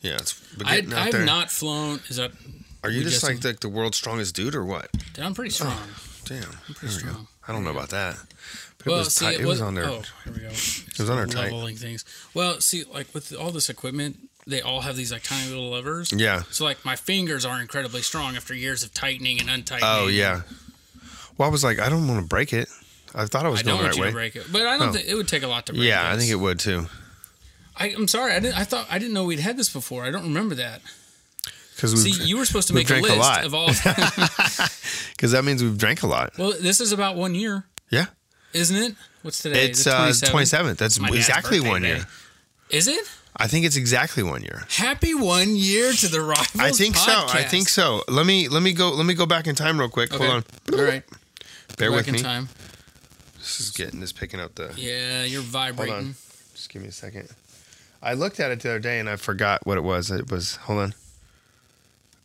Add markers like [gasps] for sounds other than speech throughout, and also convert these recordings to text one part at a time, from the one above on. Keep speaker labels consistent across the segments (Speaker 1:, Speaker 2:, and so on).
Speaker 1: Yeah, it's but
Speaker 2: I,
Speaker 1: getting out there.
Speaker 2: I've not flown. Is that?
Speaker 1: Are you
Speaker 2: we
Speaker 1: just
Speaker 2: just-
Speaker 1: like uh, the, the world's strongest dude or what?
Speaker 2: Dude, I'm pretty strong.
Speaker 1: Damn, there we go.
Speaker 2: strong.
Speaker 1: I don't know about that. But
Speaker 2: well,
Speaker 1: it was
Speaker 2: see,
Speaker 1: tight. It, was on there.
Speaker 2: Oh, here we go. It
Speaker 1: was on there tight.
Speaker 2: Leveling things. Well, see, like with all this equipment, they all have these like tiny little levers.
Speaker 1: Yeah.
Speaker 2: So like my fingers are incredibly strong after years of tightening and untightening.
Speaker 1: Oh yeah. Well, I was like, I don't want to break it. I thought I was
Speaker 2: I
Speaker 1: going
Speaker 2: don't
Speaker 1: the
Speaker 2: want
Speaker 1: right
Speaker 2: you
Speaker 1: way.
Speaker 2: to break it, but I don't
Speaker 1: Oh.
Speaker 2: think it would take a lot to break.
Speaker 1: yeah, I
Speaker 2: this.
Speaker 1: think it would too.
Speaker 2: I, I'm sorry. I didn't. I thought I didn't know we'd had this before. I don't remember that.
Speaker 1: Because
Speaker 2: See, you were supposed to
Speaker 1: we
Speaker 2: make a
Speaker 1: drank a
Speaker 2: list
Speaker 1: lot. [laughs]
Speaker 2: of all.
Speaker 1: because that means we've drank a lot.
Speaker 2: well, this is about one year,
Speaker 1: Yeah,
Speaker 2: isn't it? What's today?
Speaker 1: it's
Speaker 2: the
Speaker 1: uh,
Speaker 2: 27th?
Speaker 1: twenty seventh. That's
Speaker 2: My dad's
Speaker 1: exactly
Speaker 2: birthday
Speaker 1: one
Speaker 2: day.
Speaker 1: year.
Speaker 2: Is it?
Speaker 1: I think it's exactly one year.
Speaker 2: Happy one year to the Rivals.
Speaker 1: I think so. I think so. Let me let me go let me go back in time real quick.
Speaker 2: Okay.
Speaker 1: Hold on.
Speaker 2: All right.
Speaker 1: Bear
Speaker 2: Back
Speaker 1: with
Speaker 2: in
Speaker 1: me.
Speaker 2: time.
Speaker 1: This is getting this picking up the.
Speaker 2: Yeah, you're
Speaker 1: Hold
Speaker 2: vibrating.
Speaker 1: on. Just give me a second. I looked at it the other day and I forgot what it was. It was hold on.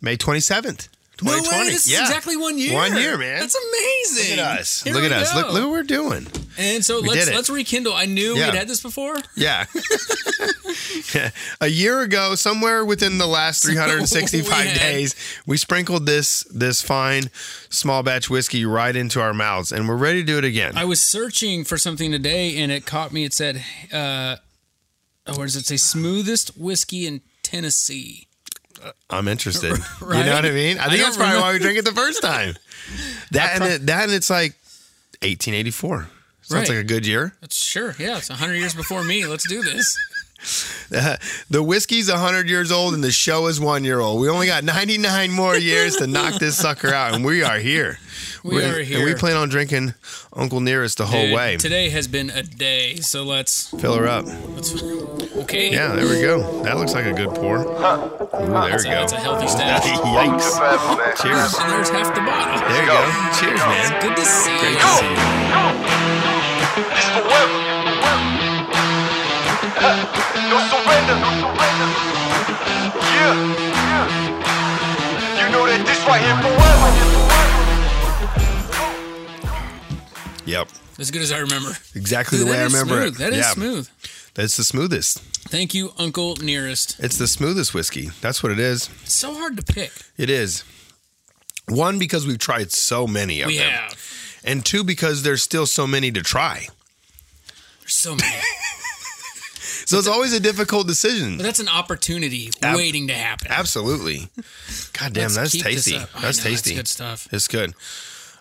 Speaker 1: May twenty seventh,
Speaker 2: No
Speaker 1: twenty
Speaker 2: way!
Speaker 1: twenty.
Speaker 2: This is exactly one year.
Speaker 1: One year, man.
Speaker 2: That's amazing.
Speaker 1: Look at us.
Speaker 2: Here
Speaker 1: look at
Speaker 2: we
Speaker 1: us. Look,
Speaker 2: go.
Speaker 1: look what we're doing.
Speaker 2: And so
Speaker 1: We
Speaker 2: let's
Speaker 1: did it.
Speaker 2: let's rekindle. I knew
Speaker 1: Yeah.
Speaker 2: we'd had this before.
Speaker 1: Yeah. [laughs] a year ago, somewhere within the
Speaker 2: [laughs]
Speaker 1: last 365
Speaker 2: We had-
Speaker 1: days, we sprinkled this this fine small batch whiskey right into our mouths, and we're ready to do it again.
Speaker 2: I was searching for something today, and it caught me. It said, uh, "Oh, where does it say smoothest whiskey in Tennessee?"
Speaker 1: I'm
Speaker 2: [laughs]
Speaker 1: interested. You
Speaker 2: Right?
Speaker 1: know what I mean? I think
Speaker 2: don't
Speaker 1: that's probably why we drank it the first
Speaker 2: [laughs]
Speaker 1: time. That and it, that and it's like 1884. Sounds
Speaker 2: Right.
Speaker 1: like a good year. [laughs]
Speaker 2: That's sure. Yeah, it's hundred years before me. Let's do this.
Speaker 1: The whiskey's 100 years old and the show is one year old. We only got 99 more years to knock
Speaker 2: [laughs]
Speaker 1: this sucker out, and we are here.
Speaker 2: We
Speaker 1: We're-
Speaker 2: are
Speaker 1: And we
Speaker 2: here.
Speaker 1: plan on drinking Uncle Nearest the whole
Speaker 2: Dude,
Speaker 1: way.
Speaker 2: Today has been a day, so let's.
Speaker 1: Fill her up.
Speaker 2: let's okay.
Speaker 1: Yeah, there we go. That looks like a good pour. Ooh, there
Speaker 2: That's
Speaker 1: we
Speaker 2: a,
Speaker 1: go.
Speaker 2: that's a
Speaker 1: [laughs]
Speaker 2: healthy stash.
Speaker 1: Yikes. Cheers.
Speaker 2: And there's half the bottle.
Speaker 1: There you go. Cheers, man.
Speaker 2: Good to see you.
Speaker 1: Great to see you.
Speaker 3: It's forever. No surrender. No surrender. Yeah. Yeah. You know that this right here forever.
Speaker 1: Yep.
Speaker 2: As good as I remember.
Speaker 1: Exactly the
Speaker 2: Dude,
Speaker 1: way
Speaker 2: that
Speaker 1: I
Speaker 2: is
Speaker 1: remember
Speaker 2: smooth.
Speaker 1: it.
Speaker 2: That is
Speaker 1: Yeah.
Speaker 2: smooth.
Speaker 1: That's the smoothest.
Speaker 2: Thank you, Uncle Nearest.
Speaker 1: It's the smoothest whiskey. That's what it is.
Speaker 2: It's so hard to pick.
Speaker 1: It is. One, because we've tried so many of
Speaker 2: We
Speaker 1: them.
Speaker 2: have.
Speaker 1: And two, because there's still so many to try.
Speaker 2: There's so many.
Speaker 1: So it's always a difficult decision.
Speaker 2: But that's an opportunity
Speaker 1: Ab-
Speaker 2: waiting to happen. [laughs]
Speaker 1: Absolutely. God damn,
Speaker 2: Let's
Speaker 1: that's
Speaker 2: keep this
Speaker 1: tasty.
Speaker 2: up. I
Speaker 1: That's
Speaker 2: know,
Speaker 1: tasty. Um,
Speaker 2: That's good stuff.
Speaker 1: It's good.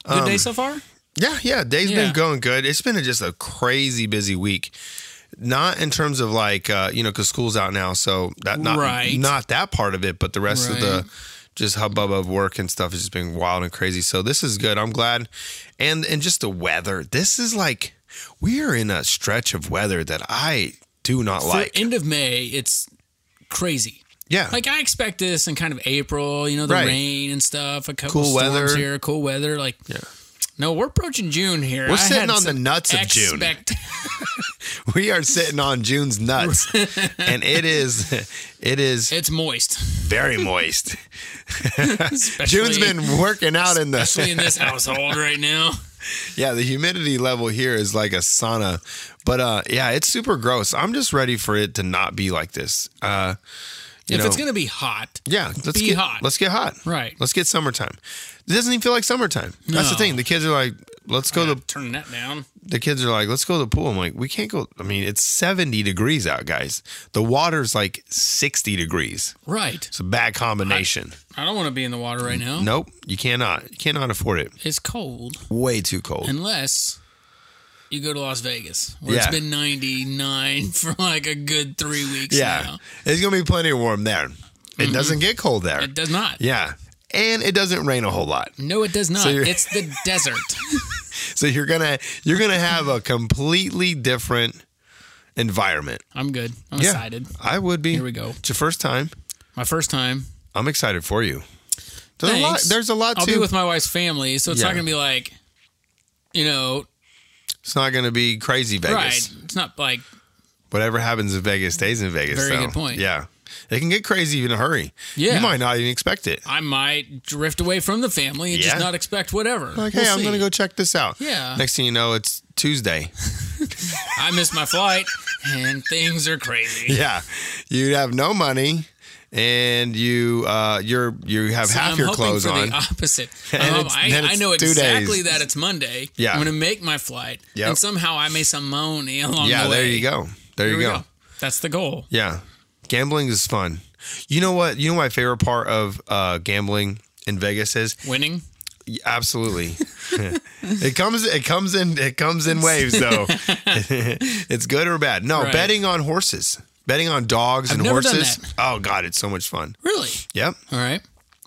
Speaker 2: Good day so far?
Speaker 1: Yeah, yeah. Day's
Speaker 2: Yeah.
Speaker 1: been going good. It's been a, just a crazy busy week. Not in terms of like uh, you know, because school's out now, so that not
Speaker 2: Right.
Speaker 1: not that part of it, but the rest of the
Speaker 2: Right.
Speaker 1: just hubbub of work and stuff has just been wild and crazy. So this is good. I'm glad, and and just the weather. This is like we are in a stretch of weather that I do not like.
Speaker 2: For end of May, it's crazy.
Speaker 1: yeah,
Speaker 2: Like I expect this in kind of April, you know, the
Speaker 1: Right.
Speaker 2: rain and stuff, a couple
Speaker 1: Cool
Speaker 2: cool storms
Speaker 1: weather.
Speaker 2: here, cool weather. Like, no, we're approaching June here.
Speaker 1: We're
Speaker 2: I
Speaker 1: sitting
Speaker 2: had
Speaker 1: on the
Speaker 2: some
Speaker 1: nuts of June.
Speaker 2: expect-
Speaker 1: we are sitting on June's
Speaker 2: [laughs]
Speaker 1: nuts, and it is it is
Speaker 2: It's moist,
Speaker 1: very moist.
Speaker 2: especially,
Speaker 1: June's been working out in the
Speaker 2: especially in this household right now.
Speaker 1: Yeah, the humidity level here is like a sauna. But uh yeah, it's super gross. I'm just ready for it to not be like this. Uh you
Speaker 2: if
Speaker 1: know,
Speaker 2: it's gonna be hot,
Speaker 1: yeah, let's
Speaker 2: be
Speaker 1: get
Speaker 2: hot.
Speaker 1: Let's get hot.
Speaker 2: Right.
Speaker 1: Let's get summertime. It doesn't even feel like summertime. That's the
Speaker 2: No.
Speaker 1: thing. The kids are like, let's go to the
Speaker 2: turn that down.
Speaker 1: the kids are like, let's go to the pool. I'm like, we can't go. I mean, it's 70 degrees out, guys. The water's like 60 degrees.
Speaker 2: Right.
Speaker 1: It's a bad combination.
Speaker 2: I don't want to be in the water right now.
Speaker 1: nope, you cannot. You cannot afford it.
Speaker 2: It's cold
Speaker 1: Way too cold.
Speaker 2: unless you go to Las Vegas, where
Speaker 1: Yeah.
Speaker 2: it's been 99 [laughs] for like a good three weeks
Speaker 1: yeah.
Speaker 2: now.
Speaker 1: It's going to be plenty warm there. It
Speaker 2: Mm-hmm.
Speaker 1: doesn't get cold there.
Speaker 2: It does not.
Speaker 1: Yeah. And it doesn't rain a whole lot.
Speaker 2: No, it does not.
Speaker 1: you're-
Speaker 2: it's the desert.
Speaker 1: So you're going to you're going to have a completely different environment.
Speaker 2: I'm good. I'm excited.
Speaker 1: I would be.
Speaker 2: Here we go.
Speaker 1: It's your first time.
Speaker 2: My first time.
Speaker 1: I'm excited for you. There's a lot
Speaker 2: Thanks.
Speaker 1: there's a lot
Speaker 2: I'll
Speaker 1: to
Speaker 2: be with my wife's family, so it's
Speaker 1: Yeah.
Speaker 2: not going to be like, you know,
Speaker 1: It's not going to be crazy Vegas.
Speaker 2: right. It's not like
Speaker 1: Whatever happens in Vegas stays in Vegas.
Speaker 2: Very
Speaker 1: so,
Speaker 2: good point.
Speaker 1: Yeah. It can get crazy in a hurry.
Speaker 2: Yeah.
Speaker 1: You might not even expect it.
Speaker 2: I might drift away from the family and
Speaker 1: Yeah.
Speaker 2: just not expect whatever.
Speaker 1: Like, hey,
Speaker 2: We'll
Speaker 1: I'm
Speaker 2: see.
Speaker 1: going to go check this out.
Speaker 2: Yeah.
Speaker 1: Next thing you know, it's Tuesday.
Speaker 2: I missed my flight. and things are crazy.
Speaker 1: [laughs] Yeah, you have no money, and you uh, you're you have
Speaker 2: So
Speaker 1: half
Speaker 2: I'm
Speaker 1: your
Speaker 2: hoping
Speaker 1: clothes
Speaker 2: for
Speaker 1: on.
Speaker 2: the
Speaker 1: [laughs]
Speaker 2: opposite.
Speaker 1: And
Speaker 2: Um,
Speaker 1: it's-
Speaker 2: I,
Speaker 1: then
Speaker 2: I
Speaker 1: it's
Speaker 2: know
Speaker 1: two days.
Speaker 2: exactly that it's Monday.
Speaker 1: Yeah.
Speaker 2: I'm going to make my flight,
Speaker 1: Yep.
Speaker 2: and somehow I make some money along
Speaker 1: yeah,
Speaker 2: the way.
Speaker 1: there you go. There
Speaker 2: Here
Speaker 1: you
Speaker 2: we
Speaker 1: go.
Speaker 2: That's the goal.
Speaker 1: Yeah, gambling is fun. You know what? You know my favorite part of uh, gambling in Vegas is
Speaker 2: Winning.
Speaker 1: Absolutely. [laughs] it comes it comes in it comes in waves
Speaker 2: [laughs]
Speaker 1: though. [laughs] it's good or bad. No,
Speaker 2: Right.
Speaker 1: betting on horses. Betting on dogs and
Speaker 2: never done
Speaker 1: horses. Oh god, it's so much fun.
Speaker 2: Really?
Speaker 1: Yep.
Speaker 2: All right.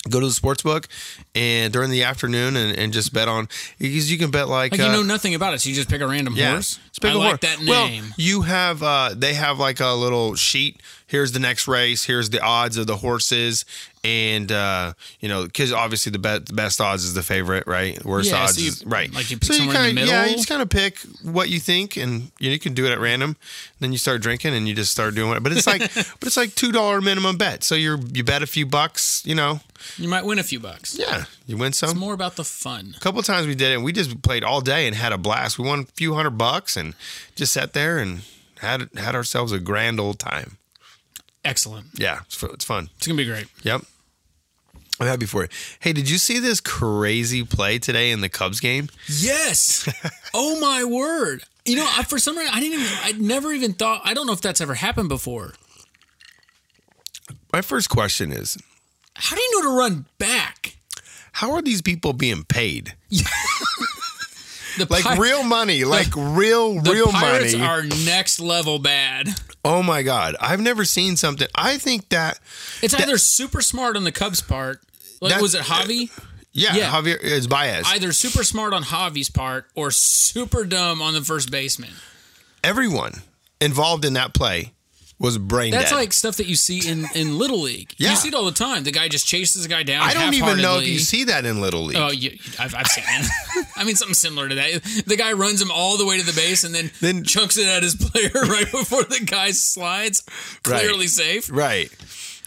Speaker 1: Go to the sports book and during the afternoon and, and just bet on because you can bet like,
Speaker 2: Like you
Speaker 1: uh,
Speaker 2: know nothing about it, so you just pick a random
Speaker 1: yeah.
Speaker 2: horse.
Speaker 1: Let's pick
Speaker 2: I
Speaker 1: a
Speaker 2: like
Speaker 1: horse.
Speaker 2: that name.
Speaker 1: Well, you have uh they have like a little sheet. Here's the next race, here's the odds of the horses and uh you know cuz obviously the, bet, the best odds is the favorite, right? Worst
Speaker 2: Yeah, so
Speaker 1: odds
Speaker 2: you-
Speaker 1: is right.
Speaker 2: like you pick somewhere in
Speaker 1: kinda,
Speaker 2: the
Speaker 1: Yeah, you
Speaker 2: middle.
Speaker 1: just kind of pick what you think and you, know, you can do it at random. Then you start drinking and you just start doing it. But it's
Speaker 2: [laughs]
Speaker 1: like but it's like $2 minimum bet. So you're you bet a few bucks, you know.
Speaker 2: you might win a few bucks.
Speaker 1: Yeah, you win some
Speaker 2: It's more about the fun.
Speaker 1: couple times we did it and we just played all day and had a blast. We won a few hundred bucks and just sat there and had had ourselves a grand old time.
Speaker 2: Excellent.
Speaker 1: Yeah, it's, fu- it's fun.
Speaker 2: It's gonna be great.
Speaker 1: Yep. I'm happy for you. Hey, did you see this crazy play today in the Cubs game?
Speaker 2: Yes. [laughs] oh my word. You know, I, for some reason, I didn't. Even, I never even thought. I don't know if that's ever happened before.
Speaker 1: My first question is,
Speaker 2: How do you know to run back?
Speaker 1: how are these people being paid?
Speaker 2: The
Speaker 1: Like
Speaker 2: [laughs] Pi-
Speaker 1: real money, like real
Speaker 2: the
Speaker 1: real
Speaker 2: pirates
Speaker 1: money.
Speaker 2: are next level bad.
Speaker 1: oh my god, I've never seen something. I think that
Speaker 2: It's either super smart on the Cubs' part. Like
Speaker 1: That-
Speaker 2: was it Javi?
Speaker 1: yeah,
Speaker 2: Yeah.
Speaker 1: Javier is biased.
Speaker 2: Either super smart on Javi's part or super dumb on the first baseman.
Speaker 1: Everyone involved in that play was brain
Speaker 2: That's
Speaker 1: dead.
Speaker 2: like stuff that you see in, in Little League.
Speaker 1: Yeah.
Speaker 2: You see it all the time. The guy just chases the guy down.
Speaker 1: I don't even know if
Speaker 2: half-heartedly.
Speaker 1: you see that in Little League.
Speaker 2: Oh, you, I've, I've seen it. [laughs] I mean, something similar to that. The guy runs him all the way to the base and then,
Speaker 1: Then-
Speaker 2: chunks it at his player [laughs] right before the guy slides. Clearly safe.
Speaker 1: Right.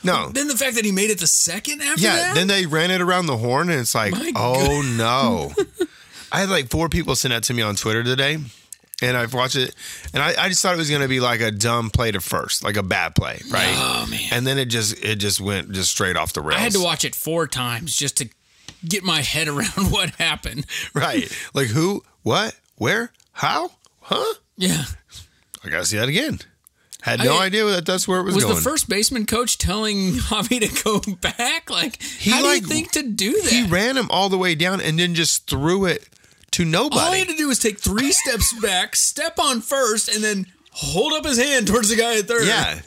Speaker 1: No.
Speaker 2: Then the fact that he made it the second after
Speaker 1: yeah.
Speaker 2: that?
Speaker 1: Then they ran it around the horn, and it's like,
Speaker 2: My
Speaker 1: oh
Speaker 2: [laughs]
Speaker 1: no. I had like four people send that to me on Twitter today, and I've watched it, and I, I just thought it was going to be like a dumb play to first, like a bad play, right?
Speaker 2: oh, man.
Speaker 1: And then it just it just went just straight off the rails.
Speaker 2: I had to watch it four times just to get my head around [laughs] what happened.
Speaker 1: [laughs] Right. Like who? What? Where? How? Huh?
Speaker 2: Yeah.
Speaker 1: I gotta see that again. Had no
Speaker 2: I-
Speaker 1: idea that that's where it was,
Speaker 2: Was
Speaker 1: going.
Speaker 2: the first baseman coach telling Javi to go [laughs] back? Like, how
Speaker 1: like-
Speaker 2: do you think to do that?
Speaker 1: he ran him all the way down and then just threw it to nobody.
Speaker 2: All he had to do was take three steps back, step on first, and then hold up his hand towards the guy at third.
Speaker 1: Yeah.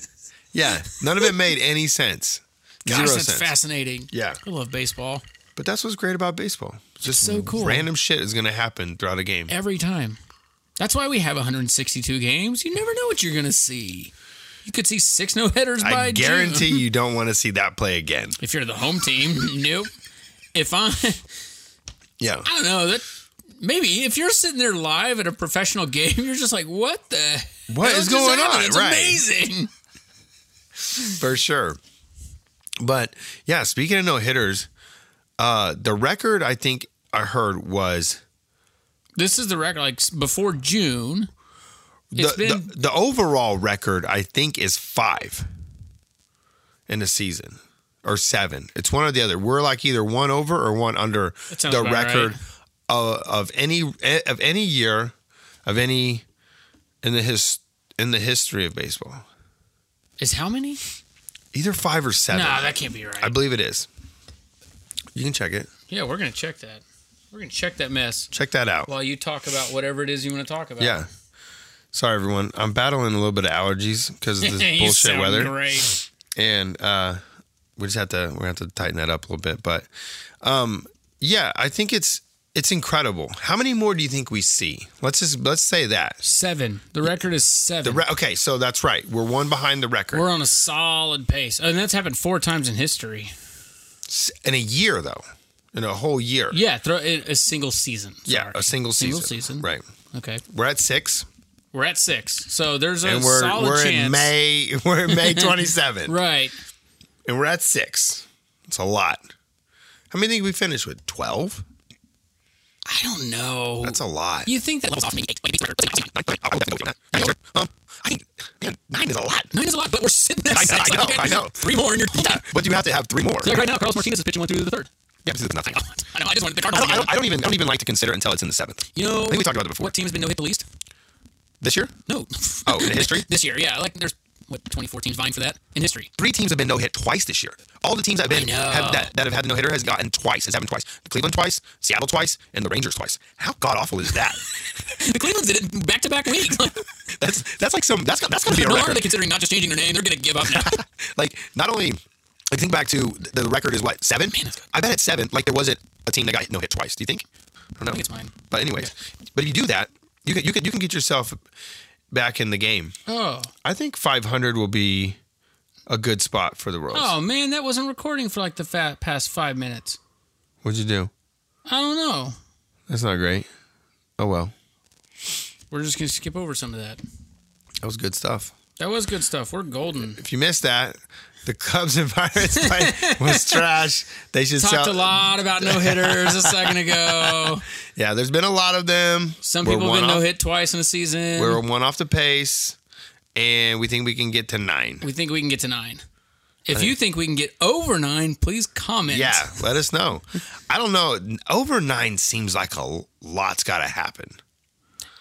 Speaker 1: Yeah. None of it made any sense.
Speaker 2: Gosh,
Speaker 1: Zero
Speaker 2: that's
Speaker 1: sense.
Speaker 2: fascinating.
Speaker 1: Yeah.
Speaker 2: I love baseball
Speaker 1: But that's what's great about baseball. It's just
Speaker 2: so cool.
Speaker 1: Random shit is going to happen throughout a game.
Speaker 2: every time. That's why we have 162 games. You never know what you're going to see. You could see six no headers by
Speaker 1: I guarantee
Speaker 2: June.
Speaker 1: you don't want to see that play again.
Speaker 2: If you're the home team, [laughs] nope. If I, [laughs]
Speaker 1: Yeah.
Speaker 2: I don't know that. Maybe if you're sitting there live at a professional game, [laughs] you're just like, "What the?
Speaker 1: What
Speaker 2: hell
Speaker 1: is
Speaker 2: just
Speaker 1: going
Speaker 2: happened?
Speaker 1: on?"
Speaker 2: It's
Speaker 1: Right.
Speaker 2: amazing."
Speaker 1: For sure. But yeah, speaking of no hitters, uh, the record I think I heard was
Speaker 2: This is the record. Like before June,
Speaker 1: the,
Speaker 2: it's been
Speaker 1: the, the overall record I think is five in a season or seven. It's one or the other. We're like either one over or one under
Speaker 2: That sounds
Speaker 1: the
Speaker 2: about
Speaker 1: record
Speaker 2: right.
Speaker 1: of, of any of any year of any in the his in the history of baseball.
Speaker 2: is how many?
Speaker 1: Either five or seven.
Speaker 2: Nah, that can't be right.
Speaker 1: I believe it is. You can check it.
Speaker 2: yeah, we're gonna check that. We're gonna check that mess
Speaker 1: Check that out.
Speaker 2: while you talk about whatever it is you want to talk about.
Speaker 1: Yeah. Sorry everyone. I'm battling a little bit of allergies because of this
Speaker 2: [laughs] you
Speaker 1: bullshit
Speaker 2: sound
Speaker 1: weather.
Speaker 2: Great.
Speaker 1: and uh, we just have to we have to tighten that up a little bit. But um, yeah, I think it's it's incredible. How many more do you think we see? Let's just let's say that.
Speaker 2: Seven. The record is
Speaker 1: The
Speaker 2: seven.
Speaker 1: re- okay, so that's right. We're one behind the record
Speaker 2: We're on a solid pace, and that's happened four times in history.
Speaker 1: S- in a year though, in a whole year.
Speaker 2: Yeah, throw it, a single season.
Speaker 1: Yeah,
Speaker 2: Sorry.
Speaker 1: a single season.
Speaker 2: Single season.
Speaker 1: Right.
Speaker 2: Okay,
Speaker 1: We're at six,
Speaker 2: we're at six, so there's a
Speaker 1: and we're
Speaker 2: solid
Speaker 1: we're
Speaker 2: chance.
Speaker 1: in May. [laughs] We're in
Speaker 2: [laughs]
Speaker 1: May twenty seventh,
Speaker 2: Right.
Speaker 1: and we're at six. It's a lot. How many think we finished with? Twelve.
Speaker 2: I don't know.
Speaker 1: That's a lot.
Speaker 2: you think that?
Speaker 1: I
Speaker 4: man, nine is a lot.
Speaker 2: Nine is a lot, but we're sitting at
Speaker 4: I- I
Speaker 2: six.
Speaker 4: know, I know.
Speaker 2: Three more
Speaker 1: [laughs]
Speaker 2: and you're done.
Speaker 4: But you have to have three more.
Speaker 2: Like right now, Carlos Martinez is pitching one through the third.
Speaker 4: Yeah, this is nothing. I
Speaker 2: I know. I just wanted the Cardinals.
Speaker 4: don't, I don't, I don't even I don't even like to consider it until it's in the seventh.
Speaker 2: you know, I
Speaker 4: think we talked about it before.
Speaker 2: What team has been no hit the least?
Speaker 4: This year,
Speaker 2: No.
Speaker 4: [laughs] Oh,
Speaker 2: [laughs]
Speaker 4: in history?
Speaker 2: this year, yeah. Like there's what 24 teams vying for that in history. [laughs]
Speaker 4: three teams have been no hit twice this year. All the teams that have been
Speaker 2: know.
Speaker 4: have, that, that have had no hitter has gotten twice. Has happened twice. Cleveland twice, Seattle twice, and the Rangers twice. How god awful is
Speaker 2: [laughs]
Speaker 4: that?
Speaker 2: The Cleveland's did it back to back weeks. [laughs] Like,
Speaker 4: that's that's like some that's got- that's gonna be a
Speaker 2: no longer are
Speaker 4: record.
Speaker 2: they considering not just changing their name, they're gonna give up now.
Speaker 4: like not only like think back to the record is what seven.
Speaker 2: that's good.
Speaker 4: I bet it's seven. Like there wasn't a team that got no hit twice. Do you think? I don't know.
Speaker 2: think it's mine.
Speaker 4: But anyways,
Speaker 1: But if you do that, you can you can you can get yourself back in the game.
Speaker 2: [laughs] oh.
Speaker 1: I think 500 will be a good spot for the Royals.
Speaker 2: Oh man, that wasn't recording for like the fat past five minutes.
Speaker 1: What'd you do?
Speaker 2: I don't know.
Speaker 1: That's not great. Oh well,
Speaker 2: We're just gonna skip over some of that.
Speaker 1: that was good stuff.
Speaker 2: That was good stuff. We're golden.
Speaker 1: If you missed that, the Cubs [laughs] and Pirates fight was
Speaker 2: [laughs]
Speaker 1: trash. They should
Speaker 2: Talked
Speaker 1: sell.
Speaker 2: a lot about no hitters a
Speaker 4: [laughs]
Speaker 2: second ago.
Speaker 1: Yeah, there's been a lot of them.
Speaker 2: Some
Speaker 1: We're
Speaker 2: people
Speaker 1: one
Speaker 2: have been no
Speaker 1: off-
Speaker 2: hit twice in a season.
Speaker 1: We're one off the pace, and we think we can get to nine.
Speaker 2: we think we can get to nine. If you think we can get over nine, please comment.
Speaker 1: Yeah, let us know. I don't know. Over nine seems like a l- lot's got to happen.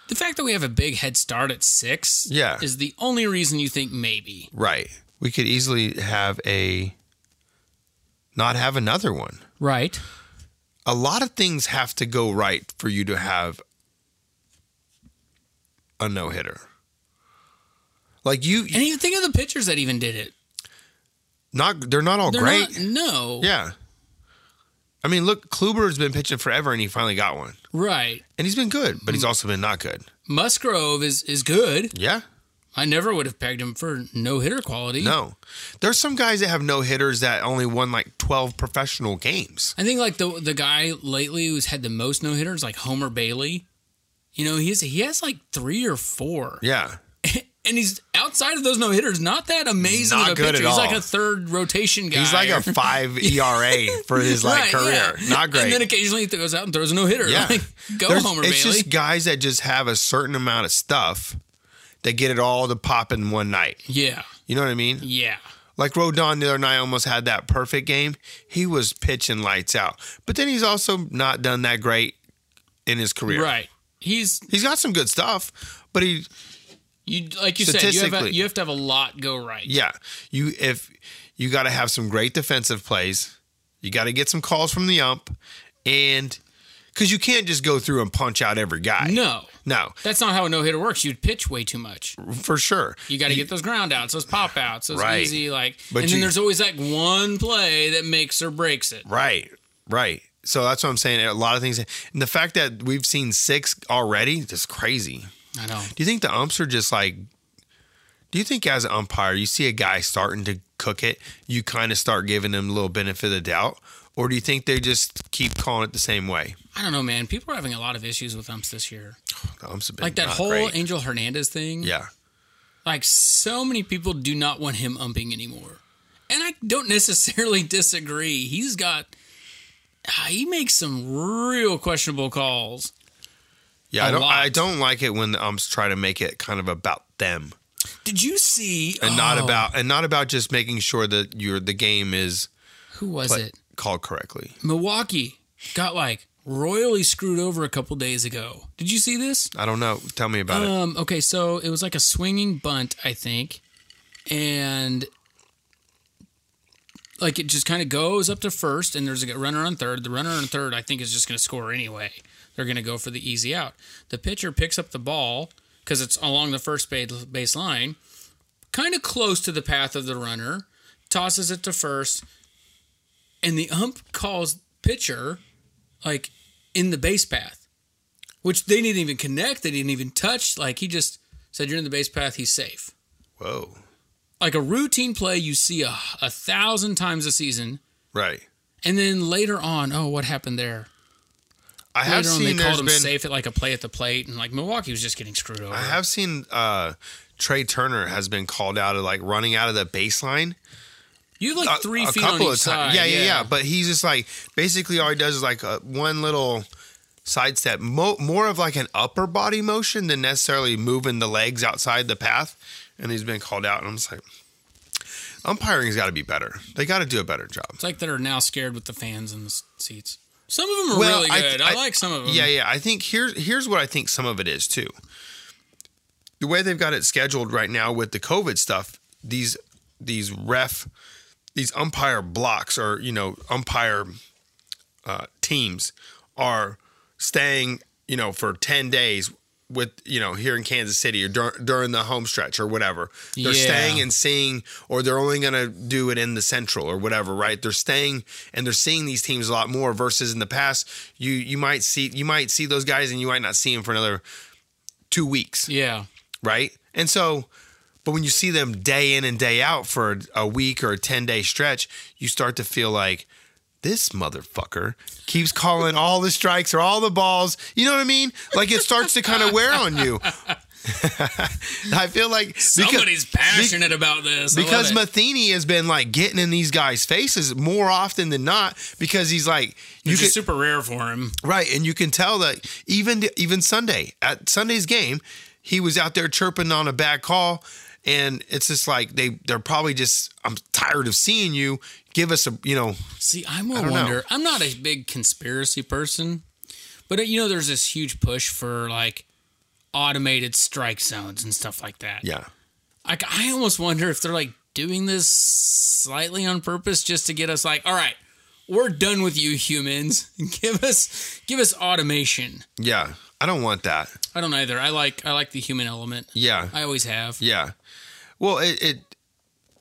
Speaker 2: The fact that we have a big head start at six
Speaker 1: Yeah.
Speaker 2: is the only reason you think maybe.
Speaker 1: Right. We could easily have a not have another one.
Speaker 2: Right.
Speaker 1: A lot of things have to go right for you to have a no hitter. Like you,
Speaker 2: And you think of the pitchers that even did it.
Speaker 1: not they're not all
Speaker 2: They're
Speaker 1: great.
Speaker 2: not no.
Speaker 1: Yeah. I mean, look, Kluber's been pitching forever and he finally got one.
Speaker 2: Right.
Speaker 1: And he's been good, but he's
Speaker 2: Mm-hmm.
Speaker 1: also been not good.
Speaker 2: Musgrove is is good.
Speaker 1: Yeah.
Speaker 2: I never would have pegged him for no hitter quality.
Speaker 1: No. There's some guys that have no hitters that only won like 12 professional games.
Speaker 2: I think like the the guy lately who's had the most no hitters, like Homer Bailey. You know, he's he has like three or four.
Speaker 1: Yeah.
Speaker 2: [laughs] and he's outside of those no hitters, not that amazing
Speaker 1: Not
Speaker 2: of a
Speaker 1: good
Speaker 2: pitcher.
Speaker 1: at
Speaker 2: he's
Speaker 1: all.
Speaker 2: like a third rotation guy.
Speaker 1: He's like a
Speaker 2: [laughs] or-
Speaker 1: five ERA for
Speaker 2: [laughs]
Speaker 1: his like
Speaker 2: Right, yeah.
Speaker 1: career. Not great.
Speaker 2: And then occasionally he goes out and throws a no hitter.
Speaker 1: yeah.
Speaker 2: Like, go
Speaker 1: There's-
Speaker 2: Homer
Speaker 1: it's
Speaker 2: Bailey.
Speaker 1: just guys that just have a certain amount of stuff that get it all to pop in one night.
Speaker 2: yeah,
Speaker 1: You know what I mean?
Speaker 2: yeah.
Speaker 1: Like Rodon the other night almost had that perfect game. He was pitching lights out. But then he's also not done that great in his career.
Speaker 2: Right. He's
Speaker 1: He's got some good stuff, but he
Speaker 2: you like you said. You have, a,
Speaker 1: Statistically.
Speaker 2: you have to have a lot go right.
Speaker 1: yeah, you if you got to have some great defensive plays. You got to get some calls from the ump and cuz you can't just go through and punch out every guy.
Speaker 2: No,
Speaker 1: No,
Speaker 2: that's not how a no hitter works. You'd pitch way too much.
Speaker 1: for sure.
Speaker 2: You got to get those ground outs, those pop outs, those
Speaker 1: Right.
Speaker 2: easy like.
Speaker 1: But
Speaker 2: and then
Speaker 1: you-
Speaker 2: there's always that one play that makes or breaks it.
Speaker 1: Right. Right. So that's what I'm saying. A lot of things and the fact that we've seen 6 already, that's crazy.
Speaker 2: I know.
Speaker 1: Do you think the umps are just like? Do you think as an umpire, you see a guy starting to cook it, you kind of start giving them a little benefit of the doubt, or do you think they just keep calling it the same way?
Speaker 2: I don't know, man. People are having a lot of issues with umps this year.
Speaker 1: The umps have been
Speaker 2: Like that
Speaker 1: not
Speaker 2: whole
Speaker 1: great.
Speaker 2: Angel Hernandez thing.
Speaker 1: yeah,
Speaker 2: Like so many people do not want him umping anymore. And I don't [laughs] necessarily disagree. He's got ah, he makes some real questionable calls.
Speaker 1: yeah. I
Speaker 2: A
Speaker 1: I don't.
Speaker 2: lot.
Speaker 1: I don't like it when the umps try to make it kind of about them
Speaker 2: Did you see
Speaker 1: and not
Speaker 2: oh,
Speaker 1: about and not about just making sure that your the game is
Speaker 2: who was
Speaker 1: pla-
Speaker 2: it?
Speaker 1: called correctly.
Speaker 2: Milwaukee got like royally screwed over a couple days ago. Did you see this?
Speaker 1: I don't know. Tell me about it.
Speaker 2: Um, okay, so it was like a swinging bunt, I think, and like it just kind of goes up to first, and there's a runner on third. The runner on third, I think, is just going to score anyway. They're going to go for the easy out. The pitcher picks up the ball because it's along the first ba- base line, kind of close to the path of the runner, tosses it to first, and the ump calls pitcher like in the base path which they didn't even connect. They didn't even touch. Like he just said, "You're in the base path. He's safe."
Speaker 1: Whoa.
Speaker 2: Like a routine play you see a, a thousand times a season,
Speaker 1: Right.
Speaker 2: and then later on, oh, what happened there?
Speaker 1: I
Speaker 2: Later
Speaker 1: have
Speaker 2: on,
Speaker 1: seen
Speaker 2: they
Speaker 1: there's
Speaker 2: called him
Speaker 1: been.
Speaker 2: safe at like a play at the plate, and like Milwaukee was just getting screwed over.
Speaker 1: I have seen uh, Trey Turner has been called out of like running out of the baseline
Speaker 2: you have like three feet on each
Speaker 1: ti-
Speaker 2: side.
Speaker 1: Yeah, yeah, yeah, But he's just like basically all he does is like a, one little sidestep, Mo- more of like an upper body motion than necessarily moving the legs outside the path. and he's been called out. And I'm just like, umpiring's got to be better. They got to do a better job.
Speaker 2: It's like they're now scared with the fans in the s- seats. Some of them are really
Speaker 1: I-
Speaker 2: good. I, like some of them.
Speaker 1: Yeah, yeah. I think here's here's what I think some of it is too. The way they've got it scheduled right now with the COVID stuff, these these ref, these umpire blocks or you know umpire uh, teams are staying you know for ten days with you know here in Kansas City or dur- during the home stretch or whatever. They're
Speaker 2: Yeah.
Speaker 1: staying and seeing, or they're only going to do it in the central or whatever, right? They're staying and they're seeing these teams a lot more versus in the past. You you might see you might see those guys and you might not see them for another two weeks,
Speaker 2: Yeah.
Speaker 1: right? And so, but when you see them day in and day out for a week or a ten day stretch, you start to feel like. This motherfucker keeps calling all the strikes or all the balls. You know what I mean? Like it starts to kind of wear on you. [laughs] I feel like because-
Speaker 2: Somebody's passionate about this. I love
Speaker 1: because
Speaker 2: it.
Speaker 1: Matheny has been like getting in these guys' faces more often than not because he's like you
Speaker 2: which
Speaker 1: can,
Speaker 2: is super rare for him.
Speaker 1: right, and you can tell that even even Sunday at Sunday's game, he was out there chirping on a bad call, and it's just like they they're probably just I'm tired of seeing you. Give us a you know
Speaker 2: See, I more
Speaker 1: don't know.
Speaker 2: wonder. I'm not a big conspiracy person, but uh, you know, there's this huge push for like automated strike zones and stuff like that.
Speaker 1: yeah
Speaker 2: Like, I almost wonder if they're like doing this slightly on purpose just to get us like, all right, we're done with you humans. [laughs] give us, give us automation.
Speaker 1: yeah I don't want that
Speaker 2: I don't either. I like, I like the human element.
Speaker 1: yeah
Speaker 2: I always have.
Speaker 1: yeah well it. it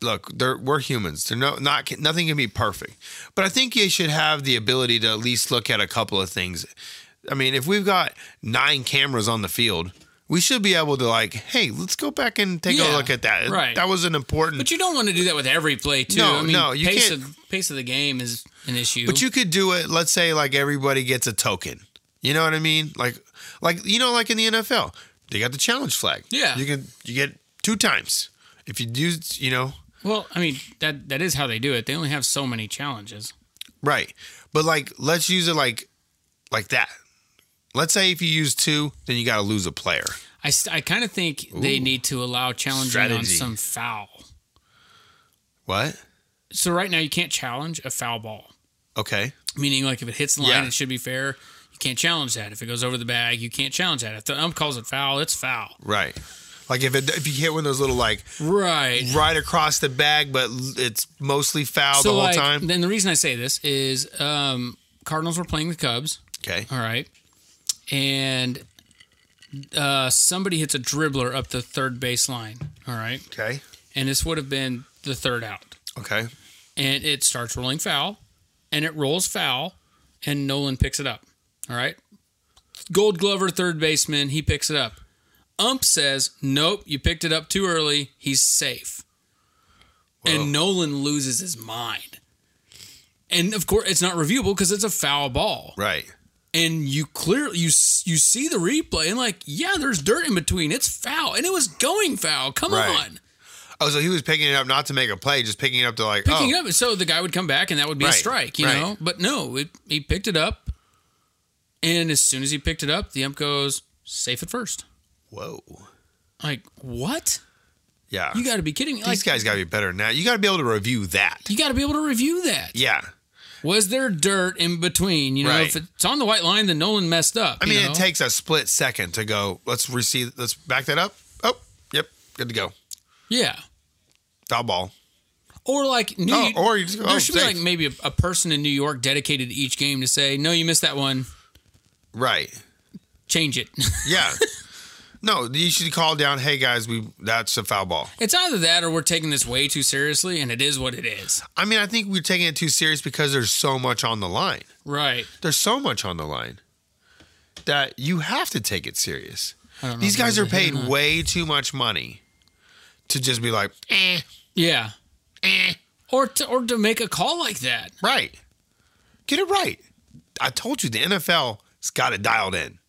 Speaker 1: Look, they're, we're humans. They're no, not nothing can be perfect, but I think you should have the ability to at least look at a couple of things I mean, if we've got nine cameras on the field, we should be able to like, hey, let's go back and take a
Speaker 2: Yeah,
Speaker 1: look at that.
Speaker 2: right.
Speaker 1: That was an important.
Speaker 2: But you don't want to do that with every play, too.
Speaker 1: No,
Speaker 2: I mean,
Speaker 1: no, you
Speaker 2: pace
Speaker 1: can't-
Speaker 2: of pace of the game is an issue.
Speaker 1: But you could do it. Let's say like everybody gets a token. You know what I mean? Like, like you know, like in the NFL, they got the challenge flag.
Speaker 2: Yeah.
Speaker 1: You can you get two times if you do. You know,
Speaker 2: Well, I mean that that is how they do it. They only have so many challenges.
Speaker 1: right? But like, let's use it like, like that. Let's say if you use two, then you got to lose a player.
Speaker 2: I, s- I kind of think they need to allow challenging on
Speaker 1: Strategy.
Speaker 2: some foul.
Speaker 1: What?
Speaker 2: So right now you can't challenge a foul ball,
Speaker 1: Okay.
Speaker 2: meaning like if it hits the line,
Speaker 1: Yeah.
Speaker 2: it should be fair. You can't challenge that. If it goes over the bag, you can't challenge that. If the ump calls it foul, it's foul.
Speaker 1: Right. Like if it if you hit one of those little like
Speaker 2: Right.
Speaker 1: right across the bag, but l- it's mostly foul the whole
Speaker 2: like,
Speaker 1: time.
Speaker 2: Then the reason I say this is um, Cardinals were playing the Cubs.
Speaker 1: Okay.
Speaker 2: All right. And uh, somebody hits a dribbler up the third base line. All right.
Speaker 1: Okay.
Speaker 2: And this would have been the third out.
Speaker 1: Okay.
Speaker 2: and it starts rolling foul, and it rolls foul, and Nolan picks it up. All right. Gold Glover, third baseman, he picks it up. Ump says, Nope, you picked it up too early. He's safe. And Nolan loses his mind. And of course, it's not reviewable because it's a foul ball.
Speaker 1: Right.
Speaker 2: And you clearly you s- you see the replay and like, yeah, there's dirt in between. It's foul, and it was going foul. Come
Speaker 1: Right.
Speaker 2: on,
Speaker 1: Oh, so he was picking it up not to make a play, just picking it up to like
Speaker 2: picking
Speaker 1: oh,
Speaker 2: up. So the guy would come back, and that would be a
Speaker 1: Right,
Speaker 2: strike, you
Speaker 1: right.
Speaker 2: know. But no, it, he picked it up, and as soon as he picked it up, the ump goes safe at first.
Speaker 1: Whoa.
Speaker 2: Like what?
Speaker 1: Yeah.
Speaker 2: You got to be kidding me! Like
Speaker 1: These guys got to be better now. You got to be able to review that.
Speaker 2: you got to be able to review that.
Speaker 1: Yeah.
Speaker 2: Was there dirt in between? You know,
Speaker 1: Right.
Speaker 2: if it's on the white line, then Nolan messed up.
Speaker 1: I mean, it takes a split second to go. Let's receive. Let's back that up. Oh, yep. Good to go.
Speaker 2: yeah.
Speaker 1: Foul ball.
Speaker 2: Or like New
Speaker 1: Oh, or you just go,
Speaker 2: there
Speaker 1: oh,
Speaker 2: should be
Speaker 1: safe.
Speaker 2: like maybe a, a person in New York dedicated to each game to say, no, you missed that one.
Speaker 1: Right.
Speaker 2: Change it. [laughs]
Speaker 1: [laughs] Yeah. no, you should call down. Hey guys, we that's a foul ball.
Speaker 2: it's either that or we're taking this way too seriously, and it is what it is.
Speaker 1: I mean, I think we're taking it too serious because there's so much on the line.
Speaker 2: Right.
Speaker 1: There's so much on the line that you have to take it serious.
Speaker 2: I don't know
Speaker 1: These
Speaker 2: if that
Speaker 1: guys
Speaker 2: was
Speaker 1: are
Speaker 2: a hit or
Speaker 1: paid
Speaker 2: not.
Speaker 1: way too much money to just be like, eh,
Speaker 2: Yeah. Or to, or to make a call like that.
Speaker 1: right. Get it right. I told you the NFL's got it dialed in.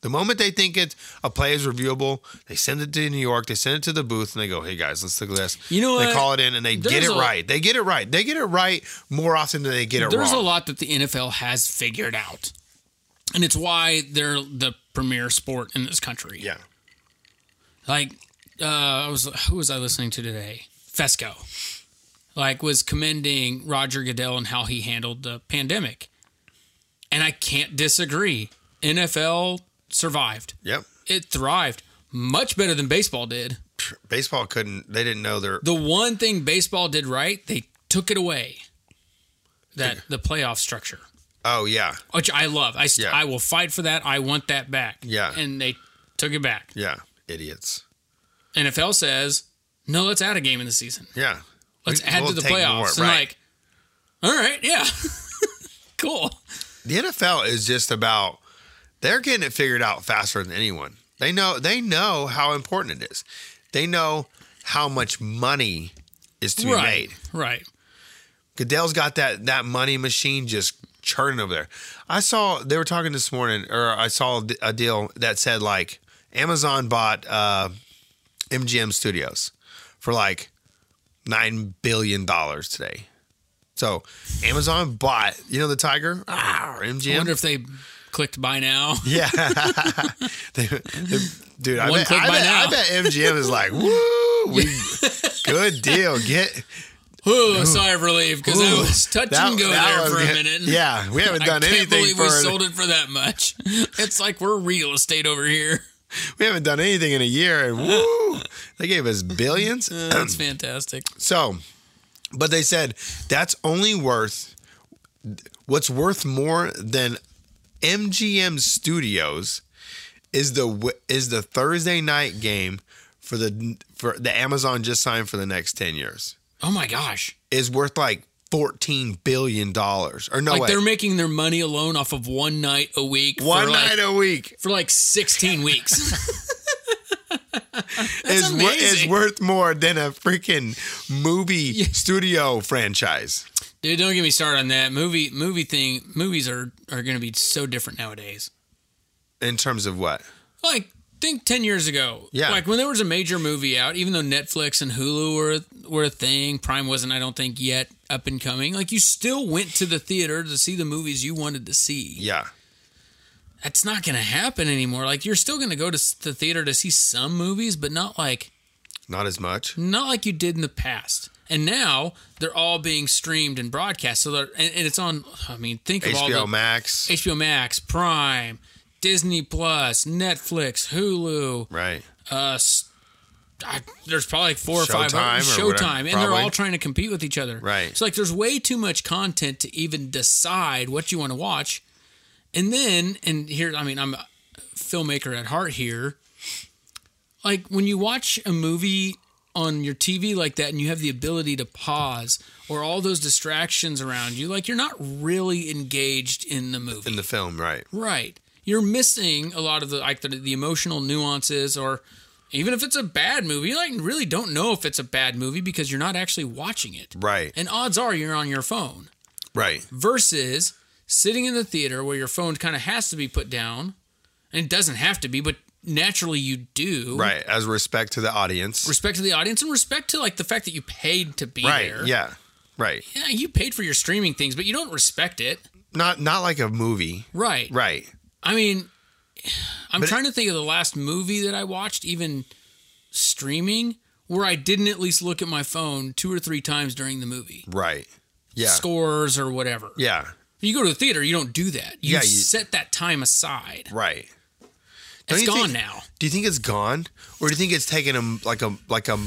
Speaker 1: The moment they think it's a play is reviewable, they send it to New York, they send it to the booth, and they go, "Hey guys, let's look at this."
Speaker 2: You know
Speaker 1: they
Speaker 2: what?
Speaker 1: call it in and they get
Speaker 2: There's
Speaker 1: it
Speaker 2: a-
Speaker 1: right. They get it right. They get it right more often than they get it
Speaker 2: There's
Speaker 1: wrong.
Speaker 2: a lot that the NFL has figured out. And it's why they're the premier sport in this country.
Speaker 1: Yeah,
Speaker 2: Like uh, I was who was I listening to today? Fesco, like was commending Roger Goodell and how he handled the pandemic, and I can't disagree. NFL survived.
Speaker 1: Yep.
Speaker 2: It thrived much better than baseball did.
Speaker 1: Baseball couldn't. They didn't know their.
Speaker 2: The one thing baseball did right, they took it away. That the playoff structure,
Speaker 1: Oh yeah,
Speaker 2: which I love. I st-
Speaker 1: Yeah.
Speaker 2: I will fight for that. I want that back.
Speaker 1: Yeah.
Speaker 2: And they took it back.
Speaker 1: yeah. Idiots.
Speaker 2: NFL says, "No, let's add a game in the season.
Speaker 1: Yeah.
Speaker 2: Let's
Speaker 1: We-
Speaker 2: add
Speaker 1: we'll
Speaker 2: to the
Speaker 1: take more,
Speaker 2: playoffs." And like, all right, yeah, [laughs] cool.
Speaker 1: the NFL is just about they're getting it figured out faster than anyone. They know they know how important it is. They know how much money is to be
Speaker 2: right,
Speaker 1: made.
Speaker 2: right.
Speaker 1: Goodell's got that that money machine just churning over there. I saw they were talking this morning, or I saw a deal that said like Amazon bought uh, MGM Studios for like nine billion dollars today. So Amazon bought, you know, the tiger. Ah, MGM.
Speaker 2: I wonder if they clicked by now.
Speaker 1: [laughs] Yeah. They- they- dude, I
Speaker 2: One
Speaker 1: bet,
Speaker 2: click
Speaker 1: I,
Speaker 2: by
Speaker 1: bet,
Speaker 2: now.
Speaker 1: I bet MGM is like,
Speaker 2: [laughs]
Speaker 1: woo, we, good deal. Get
Speaker 2: Ooh, a sigh of relief because it
Speaker 1: ooh,
Speaker 2: was touch
Speaker 1: that-
Speaker 2: and go
Speaker 1: that
Speaker 2: there
Speaker 1: was
Speaker 2: for a
Speaker 1: good.
Speaker 2: minute.
Speaker 1: Yeah, we haven't
Speaker 2: I
Speaker 1: done
Speaker 2: can't
Speaker 1: anything
Speaker 2: believe
Speaker 1: for
Speaker 2: we sold it for that much. [laughs] It's like we're real estate over here.
Speaker 1: we haven't done anything in a year,
Speaker 2: [laughs]
Speaker 1: and woo, they gave us billions.
Speaker 2: That's fantastic.
Speaker 1: So, but they said that's only worth what's worth more than MGM Studios is the w- is the Thursday night game for the for the Amazon just signed for the next ten years.
Speaker 2: Oh my gosh.
Speaker 1: is worth like fourteen billion dollars. Or no,
Speaker 2: Like
Speaker 1: Oh, wait,
Speaker 2: they're making their money alone off of one night a week.
Speaker 1: one
Speaker 2: for
Speaker 1: night
Speaker 2: like,
Speaker 1: a week
Speaker 2: for like sixteen weeks.
Speaker 1: [laughs] is, wor- is
Speaker 2: amazing.
Speaker 1: worth more than a freaking
Speaker 2: [laughs]
Speaker 1: movie studio franchise.
Speaker 2: Dude, don't get me started on that movie. Movie thing. Movies are are going to be so different nowadays.
Speaker 1: In terms of what?
Speaker 2: Like think ten years ago.
Speaker 1: Yeah.
Speaker 2: Like when there was a major movie out, even though Netflix and Hulu were were a thing, Prime wasn't. I don't think yet up and coming. Like you still went to the theater to see the movies you wanted to see.
Speaker 1: Yeah,
Speaker 2: That's not going to happen anymore. Like you're still going to go to s- the theater to see some movies, but not like
Speaker 1: not as much.
Speaker 2: not like you did in the past. And now they're all being streamed and broadcast. So they're and, and it's on. I mean, think of all
Speaker 1: HBO
Speaker 2: the
Speaker 1: Max,
Speaker 2: HBO Max, Prime, Disney Plus, Netflix, Hulu.
Speaker 1: right?
Speaker 2: Uh, s- I, there's probably like four or five
Speaker 1: Showtime
Speaker 2: others.
Speaker 1: or whatever,
Speaker 2: Showtime, and they're
Speaker 1: probably.
Speaker 2: all trying to compete with each other.
Speaker 1: Right.
Speaker 2: So like, there's way too much content to even decide what you want to watch. And then, and here, I mean, I'm a filmmaker at heart here. Like when you watch a movie on your TV like that, and you have the ability to pause or all those distractions around you, like you're not really engaged in the movie.
Speaker 1: In the film, right?
Speaker 2: Right. You're missing a lot of the like the, the emotional nuances or even if it's a bad movie, you like really don't know if it's a bad movie because you're not actually watching it.
Speaker 1: Right.
Speaker 2: And odds are you're on your phone
Speaker 1: Right.
Speaker 2: versus sitting in the theater where your phone kind of has to be put down and it doesn't have to be, but naturally you do.
Speaker 1: Right. As respect to the audience.
Speaker 2: Respect to the audience and respect to like the fact that you paid to be
Speaker 1: Right.
Speaker 2: there.
Speaker 1: Yeah. Right.
Speaker 2: Yeah, you paid for your streaming things, but you don't respect it.
Speaker 1: Not not like a movie.
Speaker 2: Right.
Speaker 1: Right.
Speaker 2: I mean, I'm trying to think of the last movie that I watched, even streaming, where I didn't at least look at my phone two or three times during the movie.
Speaker 1: Right. Yeah.
Speaker 2: Scores or whatever.
Speaker 1: Yeah.
Speaker 2: You go to the theater, you don't do that. You
Speaker 1: Yeah, you-
Speaker 2: set that time aside.
Speaker 1: Right.
Speaker 2: It's
Speaker 1: you
Speaker 2: gone
Speaker 1: think-
Speaker 2: now.
Speaker 1: Do you think it's gone, or do you think it's taken a like a like a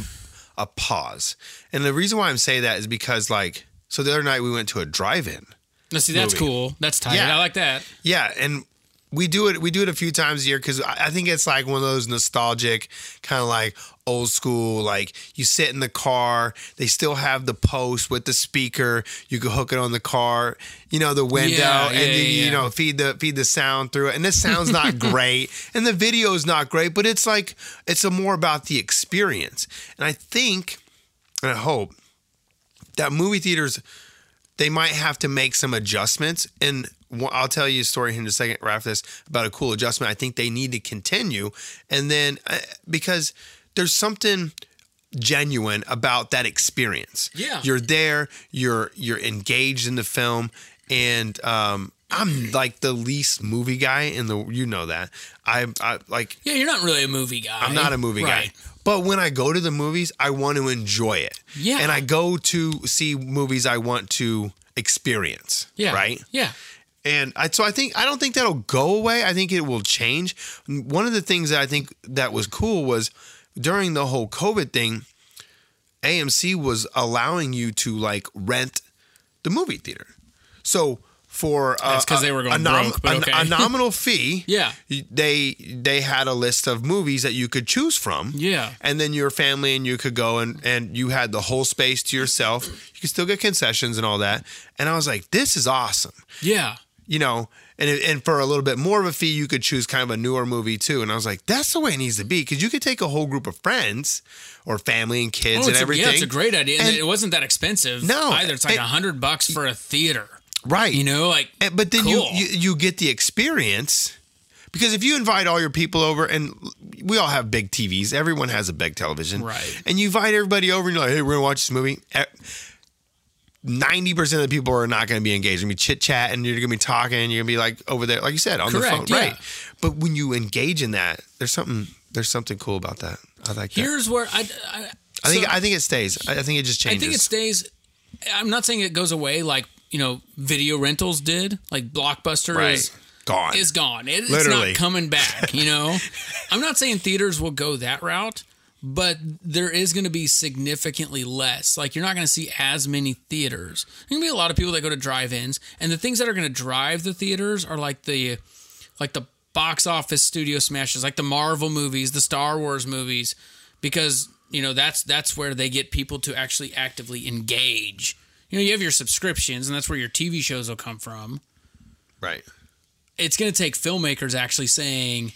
Speaker 1: a pause? And the reason why I'm saying that is because like so the other night we went to a drive-in.
Speaker 2: Now, see, that's
Speaker 1: Movie.
Speaker 2: cool. That's tight.
Speaker 1: Yeah.
Speaker 2: I like that.
Speaker 1: Yeah, and we do it we do it a few times a year because I, I think it's like one of those nostalgic kind of like old school. Like you sit in the car, they still have the post with the speaker. You can hook it on the car, you know, the window,
Speaker 2: Yeah,
Speaker 1: and
Speaker 2: yeah,
Speaker 1: you,
Speaker 2: yeah,
Speaker 1: you
Speaker 2: yeah.
Speaker 1: know feed the feed the sound through it. And the sound's
Speaker 2: [laughs]
Speaker 1: not great, and the video is not great, but it's like it's a more about the experience. And I think, and I hope that movie theaters they might have to make some adjustments. And wh- I'll tell you a story here in a second, right after this, about a cool adjustment. I think they need to continue. And then uh, because there's something genuine about that experience.
Speaker 2: Yeah.
Speaker 1: You're there, you're you're engaged in the film and um I'm like the least movie guy in the you know that. I I like
Speaker 2: Yeah, you're not really a movie guy.
Speaker 1: I'm not a movie guy.
Speaker 2: Right.
Speaker 1: But when I go to the movies, I want to enjoy it.
Speaker 2: Yeah.
Speaker 1: And I go to see movies I want to experience.
Speaker 2: Yeah.
Speaker 1: Right?
Speaker 2: Yeah.
Speaker 1: And I, so I think I don't think that'll go away. I think it will change. One of the things that I think that was cool was during the whole COVID thing, AMC was allowing you to like rent the movie theater. So for uh,
Speaker 2: That's 'cause
Speaker 1: a-
Speaker 2: they were going
Speaker 1: a nom-
Speaker 2: broke, but
Speaker 1: a-
Speaker 2: okay.
Speaker 1: a nominal [laughs] fee,
Speaker 2: Yeah.
Speaker 1: they they had a list of movies that you could choose from.
Speaker 2: Yeah.
Speaker 1: And then your family and you could go and and you had the whole space to yourself. You could still get concessions and all that. And I was like, this is awesome
Speaker 2: Yeah.
Speaker 1: you know, and and for a little bit more of a fee, you could choose kind of a newer movie too. And I was like, that's the way it needs to be because you could take a whole group of friends or family and kids
Speaker 2: Oh,
Speaker 1: and
Speaker 2: it's a,
Speaker 1: everything.
Speaker 2: yeah, it's a great idea. And,
Speaker 1: And-
Speaker 2: it wasn't that expensive
Speaker 1: No,
Speaker 2: either. It's like
Speaker 1: it-
Speaker 2: a hundred bucks for a theater.
Speaker 1: right?
Speaker 2: You know, like
Speaker 1: And- Eh, but then
Speaker 2: cool.
Speaker 1: you, you you get the experience because if you invite all your people over and we all have big TVs, everyone has a big television,
Speaker 2: Right.
Speaker 1: And you invite everybody over and you're like, hey, we're gonna watch this movie. Eh, Ninety percent of the people are not going to be engaged. You're going to be chit chatting. You're going to be talking. You're going to be like over there, like you said, on
Speaker 2: Correct,
Speaker 1: the phone,
Speaker 2: yeah.
Speaker 1: right? But when you engage in that, there's something there's something cool about that. I like that.
Speaker 2: here's where I I,
Speaker 1: I think
Speaker 2: so-
Speaker 1: I think it stays. I I think it just
Speaker 2: I
Speaker 1: changes.
Speaker 2: think it stays. I'm not saying it goes away like you know video rentals did. Like Blockbuster is
Speaker 1: gone.
Speaker 2: is gone. It, it's
Speaker 1: Literally.
Speaker 2: not coming back.
Speaker 1: [laughs]
Speaker 2: You know, I'm not saying theaters will go that route, but there is going to be significantly less. Like you're not going to see as many theaters. There's going to be a lot of people that go to drive-ins, and the things that are going to drive the theaters are like the like the box office studio smashes, like the Marvel movies, the Star Wars movies, because you know that's that's where they get people to actually actively engage. You know, you have your subscriptions, and that's where your TV shows will come from
Speaker 1: right.
Speaker 2: it's going to take filmmakers actually saying,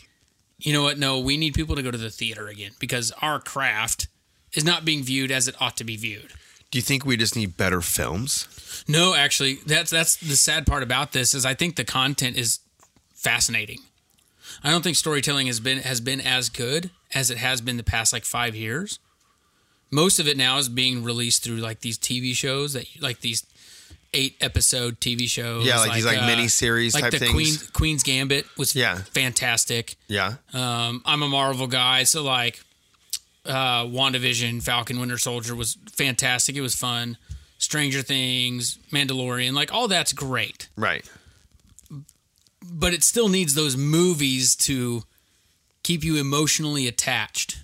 Speaker 2: you know what? No, we need people to go to the theater again because our craft is not being viewed as it ought to be viewed.
Speaker 1: Do you think we just need better films?
Speaker 2: No, actually, that's that's the sad part about this is I think the content is fascinating. I don't think storytelling has been has been as good as it has been the past like 5 years. Most of it now is being released through like these TV shows that like these 8 episode TV shows. uh,
Speaker 1: Yeah, like these, like, miniseries
Speaker 2: like
Speaker 1: type
Speaker 2: the
Speaker 1: things.
Speaker 2: Queen's, Queen's Gambit was
Speaker 1: Yeah.
Speaker 2: fantastic.
Speaker 1: Yeah.
Speaker 2: Um, I'm a Marvel guy, so like uh, WandaVision, Falcon, Winter Soldier was fantastic. It was fun. Stranger Things, Mandalorian, like all that's great,
Speaker 1: Right.
Speaker 2: but it still needs those movies to keep you emotionally attached.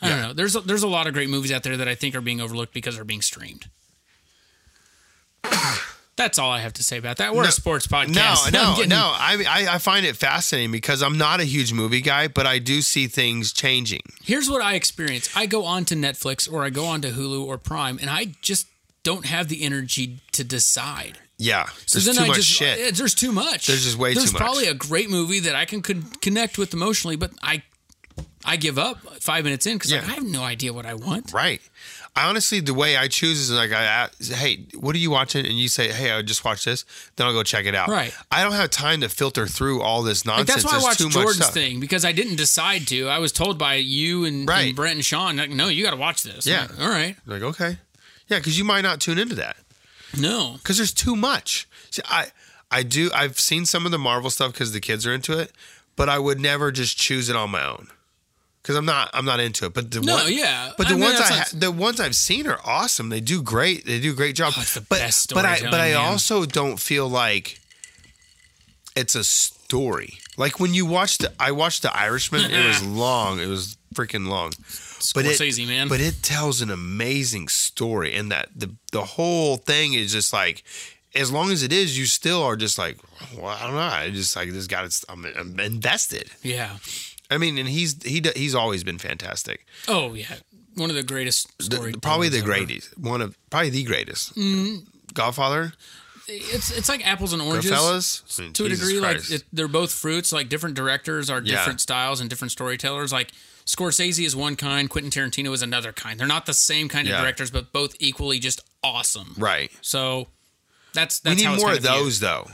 Speaker 2: I don't know. There's a, there's a lot of great movies out there that I think are being overlooked because they're
Speaker 1: [sighs]
Speaker 2: being streamed. That's all I have to say about that. We're
Speaker 1: No.
Speaker 2: a sports podcast. [laughs]
Speaker 1: No,
Speaker 2: I'm
Speaker 1: no,
Speaker 2: getting-
Speaker 1: no. I, I I find it fascinating because I'm not a huge movie guy, but I do see things changing.
Speaker 2: here's what I experience. I go on to Netflix or I go on to Hulu or Prime and I just don't have the energy to decide.
Speaker 1: Yeah,
Speaker 2: So
Speaker 1: there's
Speaker 2: then
Speaker 1: too
Speaker 2: I
Speaker 1: much
Speaker 2: just
Speaker 1: shit.
Speaker 2: eh, there's too much.
Speaker 1: There's just way too
Speaker 2: There's
Speaker 1: much.
Speaker 2: probably a great movie that I can con- connect with emotionally, but I I give up 5 minutes in cuz
Speaker 1: Yeah.
Speaker 2: I have no idea what I want.
Speaker 1: right. I honestly, the way I choose is like I ask, hey, what are you watching? And you say, hey, I just watched this. Then I'll go check it out.
Speaker 2: Right.
Speaker 1: I don't have time to filter through all this
Speaker 2: Like
Speaker 1: nonsense.
Speaker 2: that's why I
Speaker 1: There's
Speaker 2: watched
Speaker 1: too much
Speaker 2: Jordan's
Speaker 1: stuff.
Speaker 2: thing because I didn't decide to. I was told by you and,
Speaker 1: Right.
Speaker 2: and Brent and Sean, like, no, you got to watch this. I'm
Speaker 1: Yeah.
Speaker 2: like, all right.
Speaker 1: Like okay, yeah, because you might not tune into that.
Speaker 2: No.
Speaker 1: because there's too much. See, I I do I've seen some of the Marvel stuff because the kids are into it, but I would never just choose it on my own because I'm not I'm not into it. But the
Speaker 2: No,
Speaker 1: one-
Speaker 2: yeah.
Speaker 1: but
Speaker 2: I
Speaker 1: the
Speaker 2: mean,
Speaker 1: ones I
Speaker 2: that's
Speaker 1: ha-
Speaker 2: not-
Speaker 1: the ones I've seen are awesome. They do great. They do a great job.
Speaker 2: Oh, it's the
Speaker 1: but
Speaker 2: best
Speaker 1: but I but
Speaker 2: storytelling,
Speaker 1: I
Speaker 2: man.
Speaker 1: also don't feel like it's a story. Like when you watch the I watched The Irishman. it
Speaker 2: [laughs]
Speaker 1: was long. It was freaking long.
Speaker 2: Scorsese,
Speaker 1: it,
Speaker 2: man.
Speaker 1: But it tells an amazing story, and that the the whole thing is just like, as long as it is, you still are just like, well, I don't know. I just like this guy. It's, I'm, I'm invested.
Speaker 2: Yeah.
Speaker 1: I mean, and he's he d- he's always been fantastic.
Speaker 2: Oh, yeah. One of the greatest
Speaker 1: The-
Speaker 2: stories.
Speaker 1: probably the greatest. One of probably the greatest.
Speaker 2: Mm-hmm.
Speaker 1: Godfather,
Speaker 2: It's it's like apples and oranges.
Speaker 1: Goodfellas, I mean,
Speaker 2: to a
Speaker 1: Jesus
Speaker 2: degree
Speaker 1: Christ.
Speaker 2: like it, they're both fruits like different directors are
Speaker 1: Yeah.
Speaker 2: different styles and different storytellers like scorsese is one kind quentin tarantino is another kind they're not the same kind
Speaker 1: Yeah.
Speaker 2: of directors but both equally just awesome
Speaker 1: right.
Speaker 2: so that's
Speaker 1: We
Speaker 2: that's how
Speaker 1: need
Speaker 2: it's
Speaker 1: more
Speaker 2: kind
Speaker 1: of those though.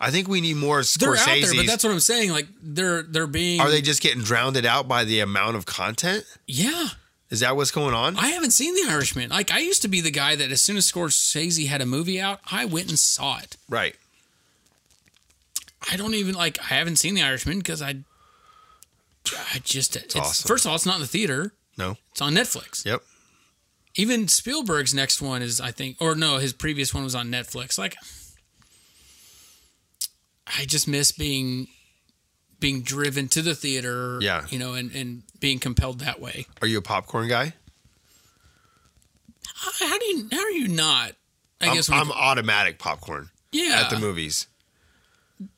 Speaker 1: I think we need more
Speaker 2: viewed. they're out there but
Speaker 1: Scorsese's.
Speaker 2: that's what i'm saying like they're they're being
Speaker 1: Are they just getting drowned out by the amount of content?
Speaker 2: yeah
Speaker 1: Is that what's going on?
Speaker 2: i haven't seen the irishman like i used to be the guy that as soon as scorsese had a movie out i went and saw it
Speaker 1: right.
Speaker 2: I don't even like. I haven't seen The Irishman because I, I just it's,
Speaker 1: awesome.
Speaker 2: first of all, it's not in the theater.
Speaker 1: No.
Speaker 2: It's on Netflix.
Speaker 1: Yep.
Speaker 2: Even Spielberg's next one is, I think, or no, his previous one was on Netflix. Like, I just miss being being driven to the theater.
Speaker 1: Yeah.
Speaker 2: you know, and and being compelled that way.
Speaker 1: Are you a popcorn guy?
Speaker 2: How how do you? How are you not? I
Speaker 1: I'm,
Speaker 2: guess when it
Speaker 1: I'm automatic popcorn
Speaker 2: Yeah.
Speaker 1: at the movies.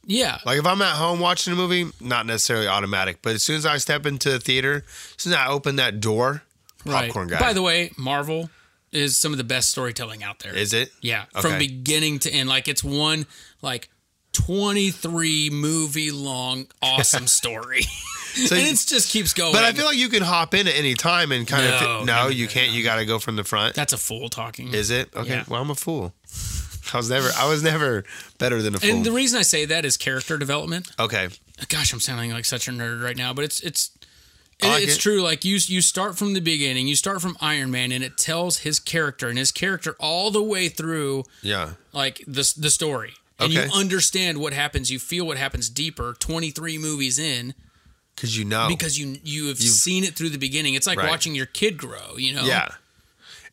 Speaker 2: Yeah.
Speaker 1: Like if I'm at home watching a movie, not necessarily automatic, but as soon as I step into the theater, as soon as I open that door, popcorn guy.
Speaker 2: By the way, Marvel is some of the best storytelling out there.
Speaker 1: is it?
Speaker 2: Yeah.
Speaker 1: Okay.
Speaker 2: From beginning to end. Like it's one like 23 movie long
Speaker 1: [laughs]
Speaker 2: awesome story.
Speaker 1: So
Speaker 2: and
Speaker 1: you-
Speaker 2: it just keeps going.
Speaker 1: but I feel like you can hop in at any time and kind of.
Speaker 2: No,
Speaker 1: no,
Speaker 2: no, no,
Speaker 1: you can't. You got to go from the front.
Speaker 2: that's a fool talking.
Speaker 1: Is it okay?
Speaker 2: Yeah.
Speaker 1: Well, I'm a fool. I was never. I was never better than a fool.
Speaker 2: and the reason I say that is character development.
Speaker 1: okay.
Speaker 2: Gosh, I'm sounding like such a nerd right now, but it's it's
Speaker 1: I like
Speaker 2: it's
Speaker 1: it.
Speaker 2: true. Like you you start from the beginning. You start from Iron Man and it tells his character and his character all the way through
Speaker 1: Yeah.
Speaker 2: like the the story, and
Speaker 1: Okay.
Speaker 2: you understand what happens. You feel what happens deeper. Twenty three movies in,
Speaker 1: Because you know.
Speaker 2: because you you have seen it through the beginning. It's like
Speaker 1: Right.
Speaker 2: watching your kid grow. You know,
Speaker 1: Yeah.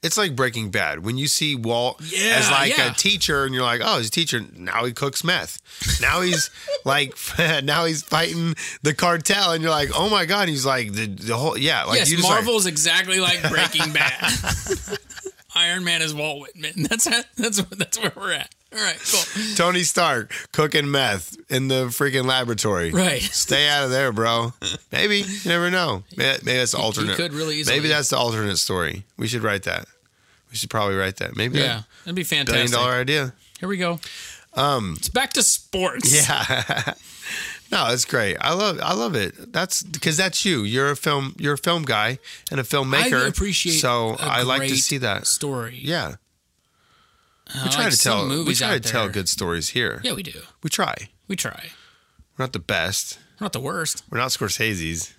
Speaker 1: It's like Breaking Bad when you see Walt
Speaker 2: Yeah,
Speaker 1: as like
Speaker 2: yeah.
Speaker 1: a teacher, and you're like, "Oh, he's a teacher. Now he cooks meth. Now
Speaker 2: [laughs]
Speaker 1: he's like, [laughs] now he's fighting the cartel." And you're like, "Oh my god!" He's like the, the whole yeah. Like
Speaker 2: yes,
Speaker 1: you just
Speaker 2: Marvel's
Speaker 1: [laughs]
Speaker 2: exactly like Breaking Bad. [laughs] Iron Man is Walt Whitman. That's how, that's where- that's where we're at. All right, cool.
Speaker 1: like, Tony Stark cooking meth in the freaking laboratory.
Speaker 2: Right.
Speaker 1: Stay out of there, bro. Maybe you never
Speaker 2: [laughs]
Speaker 1: know. Maybe, maybe that's the alternate.
Speaker 2: could really easily-
Speaker 1: Maybe that's the alternate story. We should write that. We should probably write that. Maybe
Speaker 2: Yeah,
Speaker 1: that
Speaker 2: that'd be
Speaker 1: billion
Speaker 2: fantastic.
Speaker 1: dollar idea.
Speaker 2: Here we go. Um, it's back to sports.
Speaker 1: Yeah. no, it's great. I love I love it. That's because that's you. You're a film you're a film guy and a filmmaker.
Speaker 2: I appreciate.
Speaker 1: So
Speaker 2: a
Speaker 1: I like to
Speaker 2: great
Speaker 1: see that.
Speaker 2: story.
Speaker 1: Yeah.
Speaker 2: I
Speaker 1: We try
Speaker 2: like
Speaker 1: to
Speaker 2: some
Speaker 1: tell we
Speaker 2: movies
Speaker 1: try to
Speaker 2: out
Speaker 1: tell
Speaker 2: there.
Speaker 1: good stories here.
Speaker 2: Yeah, we do.
Speaker 1: We try.
Speaker 2: We try.
Speaker 1: We're not the best.
Speaker 2: We're not the worst.
Speaker 1: We're not Scorsese's.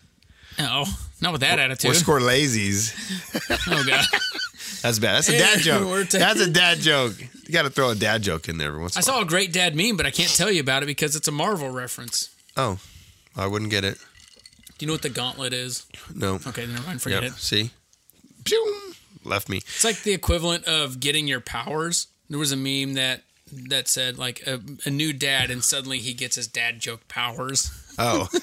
Speaker 2: No, not with that attitude.
Speaker 1: We're Scorlazy's.
Speaker 2: oh
Speaker 1: [laughs]
Speaker 2: god.
Speaker 1: That's bad. That's a
Speaker 2: Hey, [laughs]
Speaker 1: dad
Speaker 2: we're
Speaker 1: joke.
Speaker 2: taking-
Speaker 1: That's a dad joke. You got to throw a dad joke in there every once.
Speaker 2: I
Speaker 1: in a
Speaker 2: saw a great dad meme, but I can't tell you about it because it's a Marvel reference.
Speaker 1: while. Oh, I wouldn't get it.
Speaker 2: Do you know what the gauntlet is?
Speaker 1: No.
Speaker 2: Okay, never mind,
Speaker 1: Yep.
Speaker 2: forget it.
Speaker 1: See. Pew. Left me.
Speaker 2: It's like the equivalent of getting your powers. There was a meme that that said like a, a new dad, and suddenly he gets his dad joke powers.
Speaker 1: Oh. [laughs]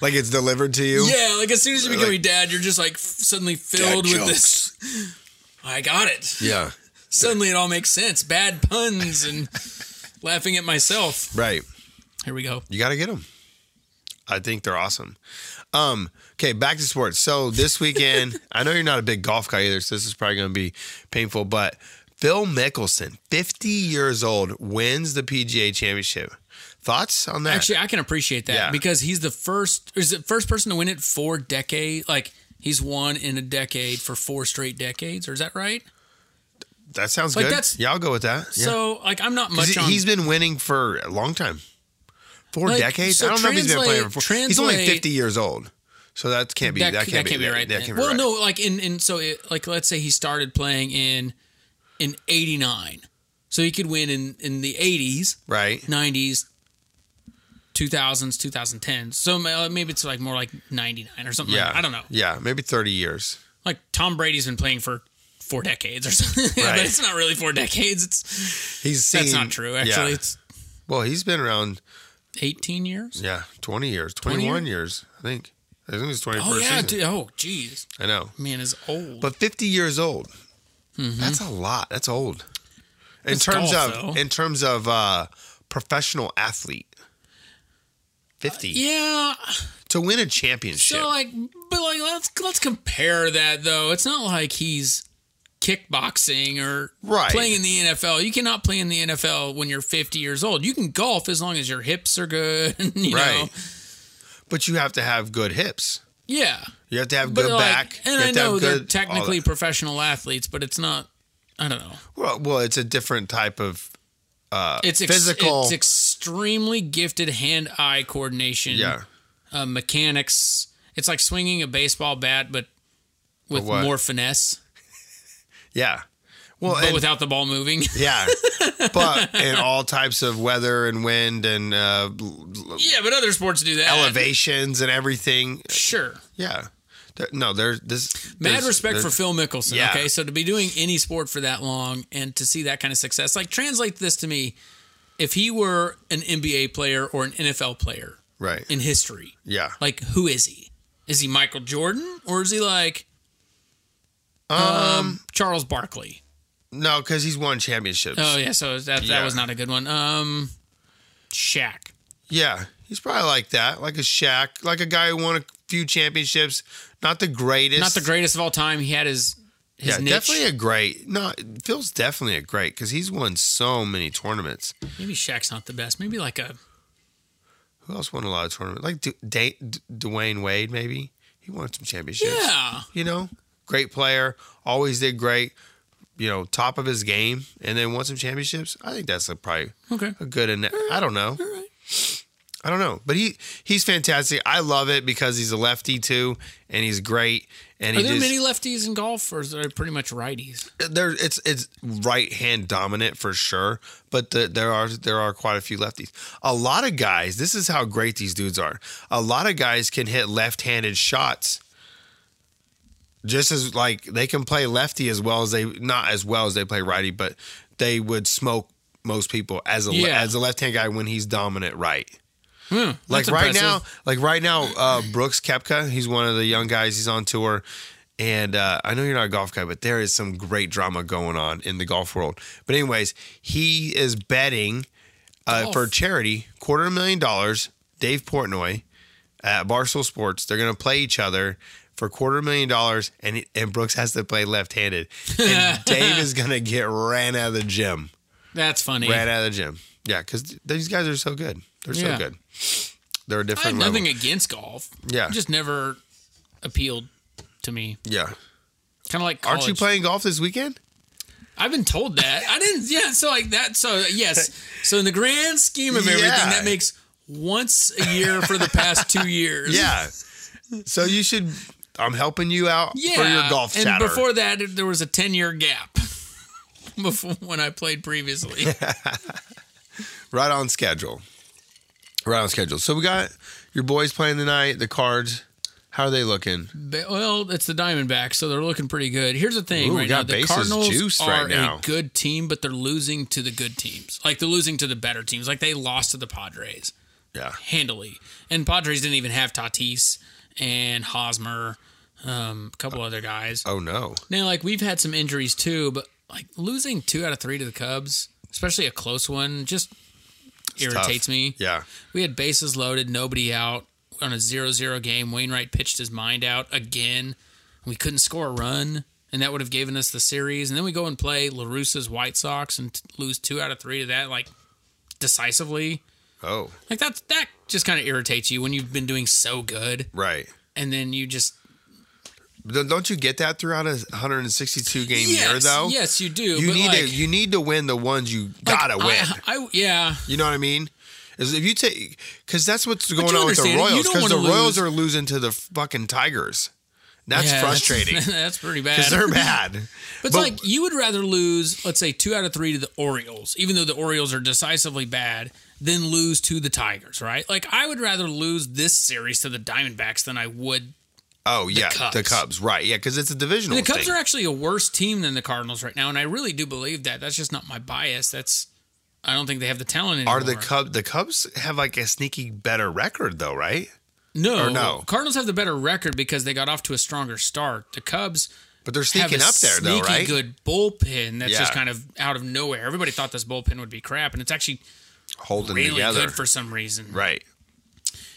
Speaker 1: like it's delivered to you.
Speaker 2: Yeah, like as soon as you become a dad, you're just like f- suddenly filled with this. [laughs] I got it.
Speaker 1: Yeah.
Speaker 2: Suddenly it all makes sense. Bad puns and [laughs] laughing at myself.
Speaker 1: Right.
Speaker 2: Here we go.
Speaker 1: You got to get them. I think they're awesome. Um, okay, back to sports. So
Speaker 2: [laughs]
Speaker 1: this weekend, I know you're not a big golf guy either, so this is probably going to be painful, but Phil Mickelson, 50 years old, wins the PGA Championship. Thoughts on that?
Speaker 2: Actually, I can appreciate that
Speaker 1: Yeah.
Speaker 2: because he's the first is the first person to win it four decade. Like he's won in a decade for four straight decades, or is that right?
Speaker 1: that sounds
Speaker 2: like
Speaker 1: good.
Speaker 2: that's-
Speaker 1: yeah, I'll go with that. Yeah.
Speaker 2: So like I'm not
Speaker 1: 'Cause
Speaker 2: much
Speaker 1: he-
Speaker 2: on.
Speaker 1: he's been winning for a long time. Four
Speaker 2: Like,
Speaker 1: decades?
Speaker 2: so
Speaker 1: I don't know if he's been playing for
Speaker 2: translate-
Speaker 1: four. He's only
Speaker 2: translate-
Speaker 1: 50 years old. So that can't be
Speaker 2: that,
Speaker 1: that,
Speaker 2: that
Speaker 1: can't, be,
Speaker 2: right.
Speaker 1: That
Speaker 2: then.
Speaker 1: can't be
Speaker 2: well,
Speaker 1: right.
Speaker 2: no, like in in so it, like let's say he started playing in in '89, so he could win in in the '80s,
Speaker 1: Right.
Speaker 2: '90s. 2000s, 2010s. So ma- uh, maybe it's like more like 99 or something. like
Speaker 1: Yeah.
Speaker 2: that. I don't know.
Speaker 1: Yeah, maybe 30 years.
Speaker 2: like Tom Brady's been playing for four decades or [laughs] something.
Speaker 1: Right.
Speaker 2: but it's not really four decades. It's
Speaker 1: He's seen,
Speaker 2: that's not true. Actually,
Speaker 1: yeah.
Speaker 2: it's
Speaker 1: Well, he's been around,
Speaker 2: eighteen years.
Speaker 1: yeah, 20 years, 21 years, I think. I think it's 21st
Speaker 2: Oh yeah.
Speaker 1: season.
Speaker 2: Dude, oh jeez,
Speaker 1: I know.
Speaker 2: man is old.
Speaker 1: But 50 years old. That's a lot. That's old. In
Speaker 2: Mm-hmm. That's
Speaker 1: terms
Speaker 2: golf,
Speaker 1: of
Speaker 2: though.
Speaker 1: in terms of uh professional athlete. 50
Speaker 2: yeah.
Speaker 1: to win a championship.
Speaker 2: So like, but like let's let's compare that though. It's not like he's kickboxing or
Speaker 1: Right.
Speaker 2: playing in the NFL. You cannot play in the NFL when you're 50 years old. You can golf as long as your hips are good. [laughs] You
Speaker 1: Right.
Speaker 2: Know?
Speaker 1: but you have to have good hips.
Speaker 2: Yeah.
Speaker 1: You have to have
Speaker 2: But
Speaker 1: good
Speaker 2: like,
Speaker 1: back. You
Speaker 2: and
Speaker 1: have
Speaker 2: I
Speaker 1: to have
Speaker 2: know they're
Speaker 1: good- all
Speaker 2: technically
Speaker 1: that.
Speaker 2: professional athletes, but it's not. I don't know.
Speaker 1: well, well, it's a different type of
Speaker 2: it's
Speaker 1: Uh, physical-
Speaker 2: It's extremely gifted hand-eye coordination.
Speaker 1: yeah.
Speaker 2: uh, mechanics. It's like swinging a baseball bat, but with
Speaker 1: what?
Speaker 2: more finesse.
Speaker 1: Yeah. Well,
Speaker 2: but
Speaker 1: and-
Speaker 2: without the ball moving.
Speaker 1: [laughs]
Speaker 2: [laughs]
Speaker 1: yeah, but in all types of weather and wind and uh, l- l-
Speaker 2: yeah, but other sports do that.
Speaker 1: elevations and everything.
Speaker 2: Sure.
Speaker 1: Yeah, There- no, there's this
Speaker 2: Mad
Speaker 1: there's-
Speaker 2: respect for
Speaker 1: there's-
Speaker 2: Phil Mickelson.
Speaker 1: Yeah.
Speaker 2: Okay, so to be doing any sport for that long and to see that kind of success, like translate this to me, if he were an NBA player or an NFL player
Speaker 1: Right.
Speaker 2: in history,
Speaker 1: yeah.
Speaker 2: like who is he? Is he Michael Jordan or is he like um, Charles Barkley?
Speaker 1: No, because he's won championships.
Speaker 2: Oh yeah, so that
Speaker 1: Yeah.
Speaker 2: that was not a good one. Um, Shaq.
Speaker 1: yeah, he's probably like that, like a Shaq, like a guy who won a few championships. Not the greatest.
Speaker 2: Not the greatest of all time. He had his his
Speaker 1: Yeah,
Speaker 2: niche.
Speaker 1: definitely a great. No, Phil's definitely a great because he's won so many tournaments.
Speaker 2: Maybe Shaq's not the best. Maybe like a
Speaker 1: Who else won a lot of tournaments? Like Du- Da- D- Dwayne Wade, maybe he won some championships.
Speaker 2: yeah.
Speaker 1: you know, great player, always did great. You know, top of his game, and then won some championships. I think that's a, probably
Speaker 2: Okay.
Speaker 1: a good. And I don't know. I don't know, but he he's fantastic. I love it because he's a lefty too, and he's great. And
Speaker 2: Are
Speaker 1: he
Speaker 2: there
Speaker 1: just,
Speaker 2: many lefties in golf, or is there pretty much righties?
Speaker 1: there it's it's right hand dominant for sure, but the, there are there are quite a few lefties. A lot of guys, this is how great these dudes are. A lot of guys can hit left-handed shots. Just as like they can play lefty as well as they not as well as they play righty, but they would smoke most people as a le-
Speaker 2: Yeah.
Speaker 1: as a left-hand guy when he's dominant right.
Speaker 2: Hmm,
Speaker 1: Like
Speaker 2: that's
Speaker 1: right
Speaker 2: impressive.
Speaker 1: now, like right now, uh, Brooks Kepka, he's one of the young guys. He's on tour, and uh, I know you're not a golf guy, but there is some great drama going on in the golf world. But anyways, he is betting uh,
Speaker 2: Golf.
Speaker 1: for charity quarter of a million dollars. Dave Portnoy at Barstool Sports, they're gonna play each other for quarter of a million dollars, and and Brooks has to play left-handed,
Speaker 2: [laughs]
Speaker 1: and Dave is gonna get ran out of the gym,
Speaker 2: that's funny.
Speaker 1: ran out of the gym. Yeah, because these guys are so good. They're
Speaker 2: Yeah.
Speaker 1: so good. They're a
Speaker 2: I had
Speaker 1: different level.
Speaker 2: nothing against golf.
Speaker 1: Yeah.
Speaker 2: It just never appealed to me.
Speaker 1: Yeah.
Speaker 2: Kind of like
Speaker 1: Aren't you
Speaker 2: college.
Speaker 1: playing golf this weekend?
Speaker 2: I've been told that. I didn't. Yeah. So like that. So yes. So in the grand scheme of everything,
Speaker 1: Yeah.
Speaker 2: that makes once a year for the past two years.
Speaker 1: Yeah.
Speaker 2: [laughs]
Speaker 1: so you should. I'm helping you out
Speaker 2: Yeah.
Speaker 1: for your golf
Speaker 2: And
Speaker 1: chatter.
Speaker 2: before that, there was a ten year gap. [laughs] Before when I played previously.
Speaker 1: right on schedule. Right on schedule. So we got your boys playing tonight. The cards. How are they looking?
Speaker 2: Ba- Well, it's the Diamondbacks, so they're looking pretty good. Here's the thing,
Speaker 1: Ooh, we
Speaker 2: right
Speaker 1: got
Speaker 2: now the
Speaker 1: bases
Speaker 2: Cardinals
Speaker 1: juiced
Speaker 2: are
Speaker 1: right now.
Speaker 2: a good team, but they're losing to the good teams. Like they're losing to the better teams. Like they lost to the Padres
Speaker 1: Yeah.
Speaker 2: handily, and Padres didn't even have Tatis and Hosmer, um, a couple other guys.
Speaker 1: Oh no.
Speaker 2: Now, like we've had some injuries too, but like losing two out of three to the Cubs, especially a close one, just
Speaker 1: Tough.
Speaker 2: irritates me.
Speaker 1: Yeah.
Speaker 2: We had bases loaded, nobody out on a 0 0 game. Wainwright pitched his mind out again. We couldn't score a run, and that would have given us the series. And then we go and play LaRusse's White Sox and t- lose two out of three to that, like decisively.
Speaker 1: Oh
Speaker 2: Like that's that just kind of irritates you when you've been doing so good,
Speaker 1: right.
Speaker 2: and then you just
Speaker 1: Don't don't you get that throughout a 162 game year
Speaker 2: yes,
Speaker 1: though?
Speaker 2: yes, you do.
Speaker 1: You
Speaker 2: but
Speaker 1: need
Speaker 2: like,
Speaker 1: to you need to win the ones you
Speaker 2: like,
Speaker 1: gotta win.
Speaker 2: I, I- yeah,
Speaker 1: You know what I mean? Is if you take because that's what's
Speaker 2: you
Speaker 1: going on with the
Speaker 2: understand, you
Speaker 1: Royals
Speaker 2: don't
Speaker 1: because the
Speaker 2: wanna
Speaker 1: Royals
Speaker 2: lose.
Speaker 1: are losing to the fucking Tigers. That's
Speaker 2: Yeah, [laughs]
Speaker 1: frustrating
Speaker 2: That's, pretty bad.
Speaker 1: because they're bad.
Speaker 2: But it's like you would rather lose, let's say, two out of three to the Orioles, even though the Orioles are decisively bad, than lose to the Tigers, right? Like I would rather lose this series to the Diamondbacks than I would.
Speaker 1: oh yeah, the Cubs,
Speaker 2: Cubs.
Speaker 1: right? Yeah, because it's a divisional.
Speaker 2: The Cubs
Speaker 1: thing.
Speaker 2: are actually a worse team than the Cardinals right now, and I really do believe that. That's just not my bias. That's I don't think they have the talent anymore.
Speaker 1: Are the Cubs the Cubs have like a sneaky better record though, right?
Speaker 2: No,
Speaker 1: or no?
Speaker 2: Cardinals have the better record because they got off to a stronger start. The Cubs
Speaker 1: But they're
Speaker 2: have
Speaker 1: sneaking
Speaker 2: a
Speaker 1: up there though,
Speaker 2: sneaky
Speaker 1: right?
Speaker 2: good bullpen that's just
Speaker 1: Yeah.
Speaker 2: kind of out of nowhere. Everybody thought this bullpen would be crap, and it's actually
Speaker 1: Holding
Speaker 2: really
Speaker 1: together,
Speaker 2: good for some reason.
Speaker 1: right?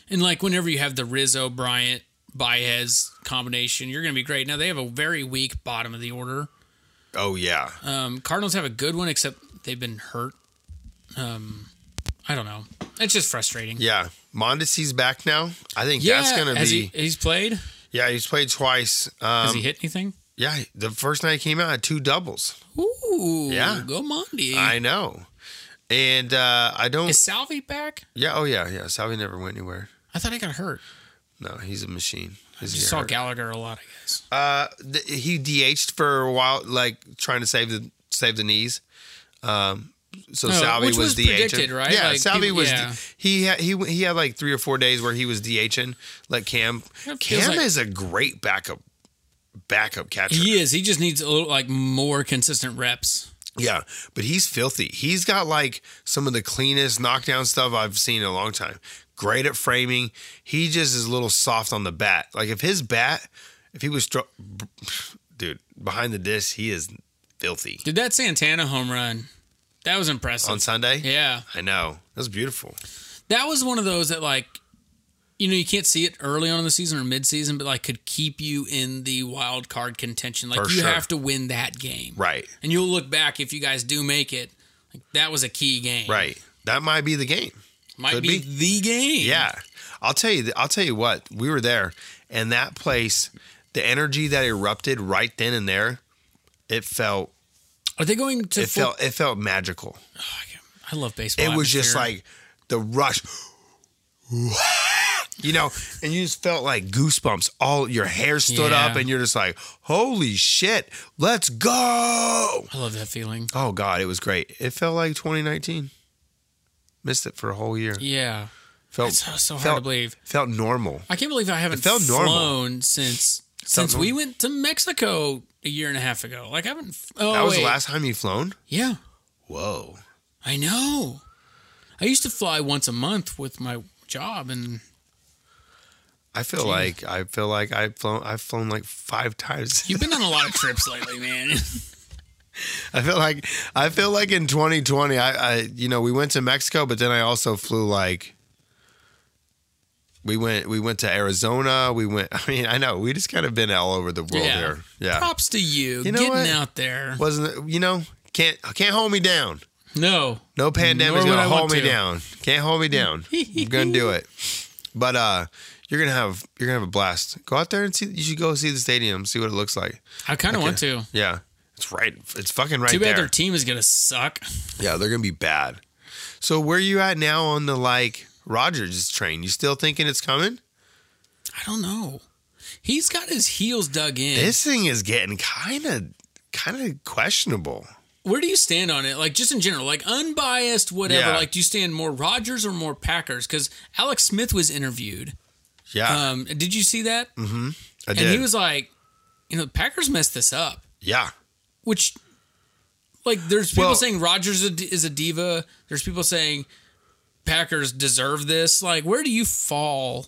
Speaker 2: And like whenever you have the Rizzo Bryant Baez combination, you're going to be great. Now they have a very weak bottom of the order.
Speaker 1: Oh yeah,
Speaker 2: Um, Cardinals have a good one, except they've been hurt. Um, I don't know. It's just frustrating.
Speaker 1: yeah. Mondesi's back now. I think that's gonna
Speaker 2: has
Speaker 1: be.
Speaker 2: He, he's played.
Speaker 1: yeah, he's played twice. Um,
Speaker 2: Has he hit anything?
Speaker 1: yeah, the first night he came out had two doubles.
Speaker 2: Ooh,
Speaker 1: Yeah.
Speaker 2: Go Mondi.
Speaker 1: I know, and uh, I don't.
Speaker 2: Is Salvi back?
Speaker 1: Yeah. Oh, yeah. Yeah. Salvi never went anywhere.
Speaker 2: I thought he got hurt.
Speaker 1: No, he's a machine. He's
Speaker 2: You
Speaker 1: a
Speaker 2: saw
Speaker 1: hero.
Speaker 2: Gallagher a lot, I guess.
Speaker 1: uh, th- he DH'd for a while, like trying to save the save the knees. Um, so
Speaker 2: No,
Speaker 1: Salvi
Speaker 2: which was
Speaker 1: was, DHing.
Speaker 2: predicted, right?
Speaker 1: Yeah,
Speaker 2: Like,
Speaker 1: Salvi
Speaker 2: people-
Speaker 1: was.
Speaker 2: yeah.
Speaker 1: He had he he had like three or four days where he was DHing. Like Cam,
Speaker 2: That feels
Speaker 1: Cam
Speaker 2: like-
Speaker 1: is a great backup backup catcher.
Speaker 2: He is. He just needs a little like more consistent reps.
Speaker 1: Yeah, but he's filthy. He's got like some of the cleanest knockdown stuff I've seen in a long time. Great at framing. He just is a little soft on the bat. Like if his bat, if he was, stro- [sighs] dude, behind the dish, he is filthy.
Speaker 2: Did that Santana home run? That was impressive.
Speaker 1: On Sunday,
Speaker 2: yeah,
Speaker 1: I know that's beautiful.
Speaker 2: that was one of those that like, you know, you can't see it early on in the season or mid-season, but like could keep you in the wild card contention. Like
Speaker 1: For
Speaker 2: you
Speaker 1: sure.
Speaker 2: have to win that game,
Speaker 1: Right,
Speaker 2: And you'll look back if you guys do make it. Like that was a key game,
Speaker 1: right. That might be the game.
Speaker 2: Might
Speaker 1: Could
Speaker 2: be, the game.
Speaker 1: Yeah, I'll tell you. th- I'll tell you what. We were there, and that place, the energy that erupted right then and there, it felt
Speaker 2: Are they going to?
Speaker 1: it
Speaker 2: full-
Speaker 1: felt it felt magical.
Speaker 2: I love baseball.
Speaker 1: it was just
Speaker 2: atmosphere.
Speaker 1: like the rush [gasps] you know and you just felt like goosebumps all your hair stood
Speaker 2: Yeah.
Speaker 1: up and you're just like holy shit let's go
Speaker 2: I love that feeling.
Speaker 1: oh god it was great it felt like 2019 missed it for a whole year
Speaker 2: Yeah,
Speaker 1: felt
Speaker 2: it's so, so hard
Speaker 1: felt-
Speaker 2: to believe.
Speaker 1: felt normal
Speaker 2: I can't believe I haven't
Speaker 1: felt
Speaker 2: flown
Speaker 1: normal.
Speaker 2: since since we went to Mexico a year and a half ago. Like I haven't. f- Oh,
Speaker 1: that was
Speaker 2: wait.
Speaker 1: the last time you flown
Speaker 2: Yeah,
Speaker 1: whoa
Speaker 2: I know. I used to fly once a month with my job, and
Speaker 1: i feel like i feel like i've flown i've flown like five times
Speaker 2: you've been on a lot of trips lately, man. [laughs]
Speaker 1: I feel like I feel like in 2020, I, I you know we went to Mexico, but then I also flew like we went we went to Arizona. We went. [laughs] I mean, I know we just kind of been all over the world
Speaker 2: yeah.
Speaker 1: here. Yeah,
Speaker 2: Props to you,
Speaker 1: know
Speaker 2: getting
Speaker 1: what?
Speaker 2: out there.
Speaker 1: wasn't it- you know can't can't hold me down.
Speaker 2: No,
Speaker 1: No pandemic's
Speaker 2: Nor would
Speaker 1: gonna
Speaker 2: I
Speaker 1: hold
Speaker 2: want
Speaker 1: me
Speaker 2: to.
Speaker 1: down. Can't hold me down. I'm gonna do it. But uh, you're gonna have you're gonna have a blast. Go out there and see. You should go see the stadium. See what it looks like.
Speaker 2: I kind of want to.
Speaker 1: Yeah, it's right. It's fucking right
Speaker 2: Too
Speaker 1: there.
Speaker 2: bad their team is gonna suck.
Speaker 1: Yeah, they're gonna be bad. So where you at now on the like Rogers train? You still thinking it's coming?
Speaker 2: I don't know. He's got his heels dug in.
Speaker 1: This thing is getting kind of kind of questionable.
Speaker 2: Where do you stand on it? Like just in general, like unbiased, whatever.
Speaker 1: Yeah.
Speaker 2: Like, do you stand more Rogers or more Packers? Because Alex Smith was interviewed.
Speaker 1: Yeah,
Speaker 2: Um, did you see that?
Speaker 1: I
Speaker 2: and
Speaker 1: Mm-hmm. did.
Speaker 2: he was like, you know, the Packers messed this up.
Speaker 1: yeah,
Speaker 2: Which, like, there's people
Speaker 1: Well-
Speaker 2: saying Rogers is a diva. There's people saying Packers deserve this. Like, where do you fall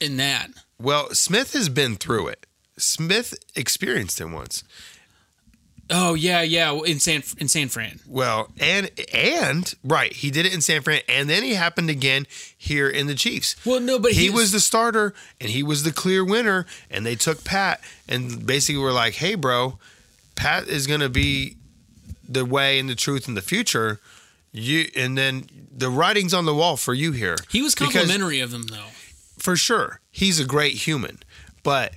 Speaker 2: in that?
Speaker 1: well, Smith has been through it. Smith experienced it once.
Speaker 2: Oh yeah, yeah, in San in San Fran.
Speaker 1: Well, and and right, he did it in San Fran, and then he happened again here in the Chiefs.
Speaker 2: Well, no, but
Speaker 1: he,
Speaker 2: he's-
Speaker 1: was the starter, and he was the clear winner, and they took Pat, and basically were like, "Hey, bro, Pat is gonna be the way and the truth in the future." You and then the writing's on the wall for you here.
Speaker 2: He was
Speaker 1: Because-
Speaker 2: complimentary of them though.
Speaker 1: for sure. He's a great human, but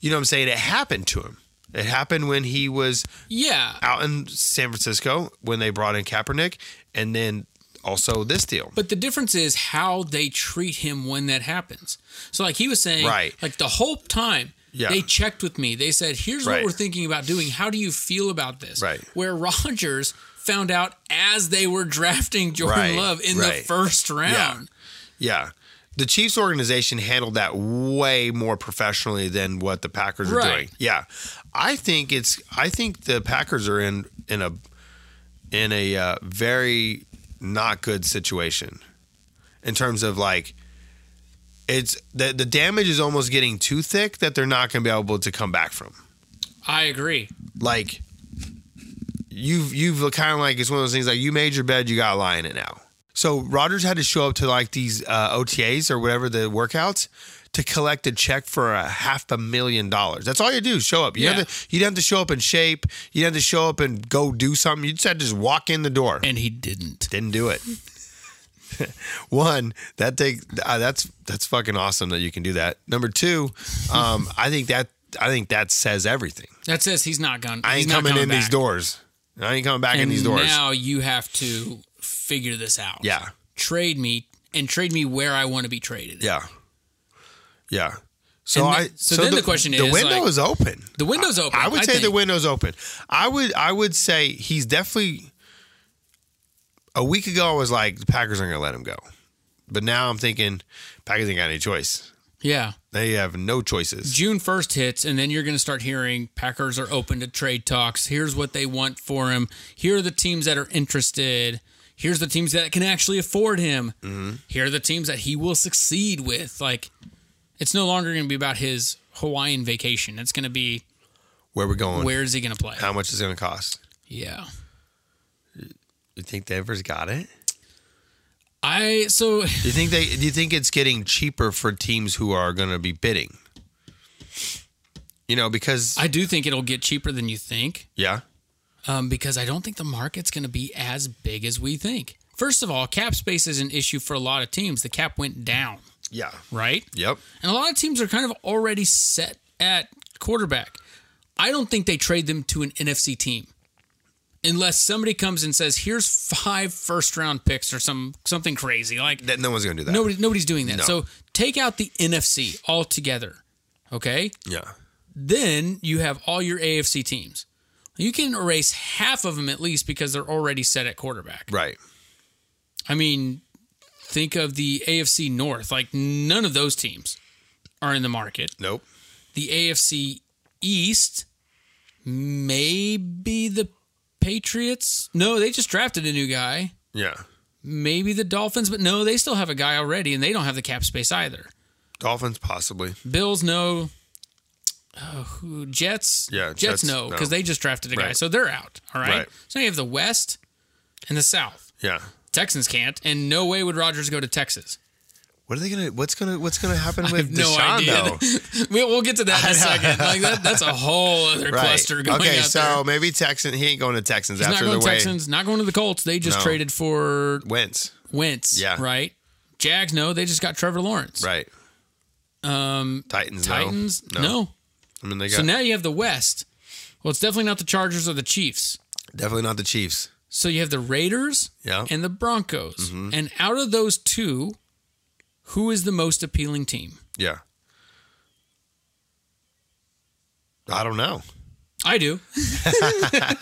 Speaker 1: you know what I'm saying. It happened to him. It happened when he was
Speaker 2: Yeah,
Speaker 1: out in San Francisco when they brought in Kaepernick, and then also this deal.
Speaker 2: But the difference is how they treat him when that happens. So, like he was saying,
Speaker 1: Right.
Speaker 2: like the whole time,
Speaker 1: Yeah.
Speaker 2: they checked with me. They said, here's what
Speaker 1: Right.
Speaker 2: we're thinking about doing. How do you feel about this?
Speaker 1: Right.
Speaker 2: Where Rogers found out as they were drafting Jordan
Speaker 1: Right,
Speaker 2: Love in the
Speaker 1: right.
Speaker 2: first round.
Speaker 1: Yeah. The Chiefs organization handled that way more professionally than what the Packers are
Speaker 2: Right.
Speaker 1: doing. Yeah. I think it's I think the Packers are in in a in a uh, very not good situation in terms of like it's the the damage is almost getting too thick that they're not going to be able to come back from.
Speaker 2: I agree.
Speaker 1: like you've you've kind of like it's one of those things like you made your bed, you got to lie in it now. So Rodgers had to show up to like these uh, OTAs or whatever the workouts to collect a check for a half a million dollars. That's all you do. Show up. You
Speaker 2: Yeah.
Speaker 1: have to, you don't have to show up in shape. You don't have to show up and go do something. You just had to just walk in the door.
Speaker 2: And he didn't.
Speaker 1: Didn't do it. [laughs] One that take uh, that's that's fucking awesome that you can do that. Number two, um, I think that I think that says everything.
Speaker 2: That says he's not gone.
Speaker 1: I
Speaker 2: he's
Speaker 1: ain't
Speaker 2: not
Speaker 1: coming in
Speaker 2: back.
Speaker 1: these doors. I ain't coming back in
Speaker 2: And
Speaker 1: these doors.
Speaker 2: Now you have to figure this out.
Speaker 1: Yeah.
Speaker 2: Trade me and trade me where I want to be traded.
Speaker 1: yeah. Yeah. So
Speaker 2: And
Speaker 1: I
Speaker 2: the- so then the question
Speaker 1: the
Speaker 2: is,
Speaker 1: window
Speaker 2: like-
Speaker 1: is open.
Speaker 2: The window's open,
Speaker 1: I would
Speaker 2: I
Speaker 1: say the
Speaker 2: think.
Speaker 1: window's open. I would I would say he's definitely. A week ago, I was like, the Packers aren't going to let him go, but now I'm thinking, Packers ain't got any choice.
Speaker 2: Yeah.
Speaker 1: They have no choices.
Speaker 2: June 1st hits, and then you're going to start hearing Packers are open to trade talks. Here's what they want for him. Here are the teams that are interested. Here's the teams that can actually afford him. Here are the teams that he will succeed with. Like, it's no longer going to be about his Hawaiian vacation. It's going to be
Speaker 1: Where we're going?
Speaker 2: where is he going to play?
Speaker 1: How much is it going to cost?
Speaker 2: Yeah.
Speaker 1: You think Denver's got it?
Speaker 2: I, so [laughs]
Speaker 1: Do you think they? Do you think it's getting cheaper for teams who are going to be bidding? You know, because
Speaker 2: I do think it'll get cheaper than you think.
Speaker 1: yeah,
Speaker 2: um, because I don't think the market's going to be as big as we think. First of all, cap space is an issue for a lot of teams. The cap went down,
Speaker 1: yeah,
Speaker 2: right?
Speaker 1: yep.
Speaker 2: And a lot of teams are kind of already set at quarterback. I don't think they trade them to an NFC team unless somebody comes and says, "Here's five first round picks or some something crazy." Like
Speaker 1: That no one's going to do that.
Speaker 2: nobody nobody's doing that.
Speaker 1: No.
Speaker 2: So take out the NFC altogether. Okay?
Speaker 1: Yeah,
Speaker 2: then you have all your AFC teams. You can erase half of them at least because they're already set at quarterback.
Speaker 1: right.
Speaker 2: I mean, think of the AFC North. Like, none of those teams are in the market.
Speaker 1: Nope.
Speaker 2: The AFC East, maybe the Patriots. No, they just drafted a new guy.
Speaker 1: Yeah,
Speaker 2: Maybe the Dolphins, but no, they still have a guy already and they don't have the cap space either.
Speaker 1: Dolphins possibly.
Speaker 2: Bills no. Oh, who- Jets,
Speaker 1: Yeah,
Speaker 2: Jets,
Speaker 1: Jets,
Speaker 2: no,
Speaker 1: no.
Speaker 2: because they just drafted a guy,
Speaker 1: Right.
Speaker 2: so they're out. All right?
Speaker 1: Right.
Speaker 2: so now you have the West and the South.
Speaker 1: Yeah.
Speaker 2: Texans can't, and no way would Rogers go to Texas.
Speaker 1: What are they gonna? What's gonna? What's gonna happen
Speaker 2: I have
Speaker 1: with
Speaker 2: [laughs] no
Speaker 1: Deshaun
Speaker 2: idea.
Speaker 1: though?
Speaker 2: we, [laughs] we'll get to that in a second. Like that, that's a
Speaker 1: [laughs]
Speaker 2: whole other cluster going
Speaker 1: okay,
Speaker 2: out
Speaker 1: so
Speaker 2: there.
Speaker 1: maybe Texan. He ain't going to Texans
Speaker 2: He's not
Speaker 1: after
Speaker 2: going
Speaker 1: the
Speaker 2: to
Speaker 1: way
Speaker 2: Texans, not going to the Colts. They just
Speaker 1: No.
Speaker 2: traded for
Speaker 1: Wentz.
Speaker 2: Wentz.
Speaker 1: Yeah.
Speaker 2: right. Jags no, they just got Trevor Lawrence.
Speaker 1: Right.
Speaker 2: Um,
Speaker 1: Titans. no.
Speaker 2: Titans
Speaker 1: No.
Speaker 2: no.
Speaker 1: I mean, they got
Speaker 2: So now you have the West. Well, it's definitely not the Chargers or the Chiefs.
Speaker 1: definitely not the Chiefs.
Speaker 2: So you have the Raiders
Speaker 1: Yeah. Mm-hmm.
Speaker 2: and the Broncos. And out of those two, who is the most appealing team?
Speaker 1: Yeah. I don't know.
Speaker 2: I do. [laughs]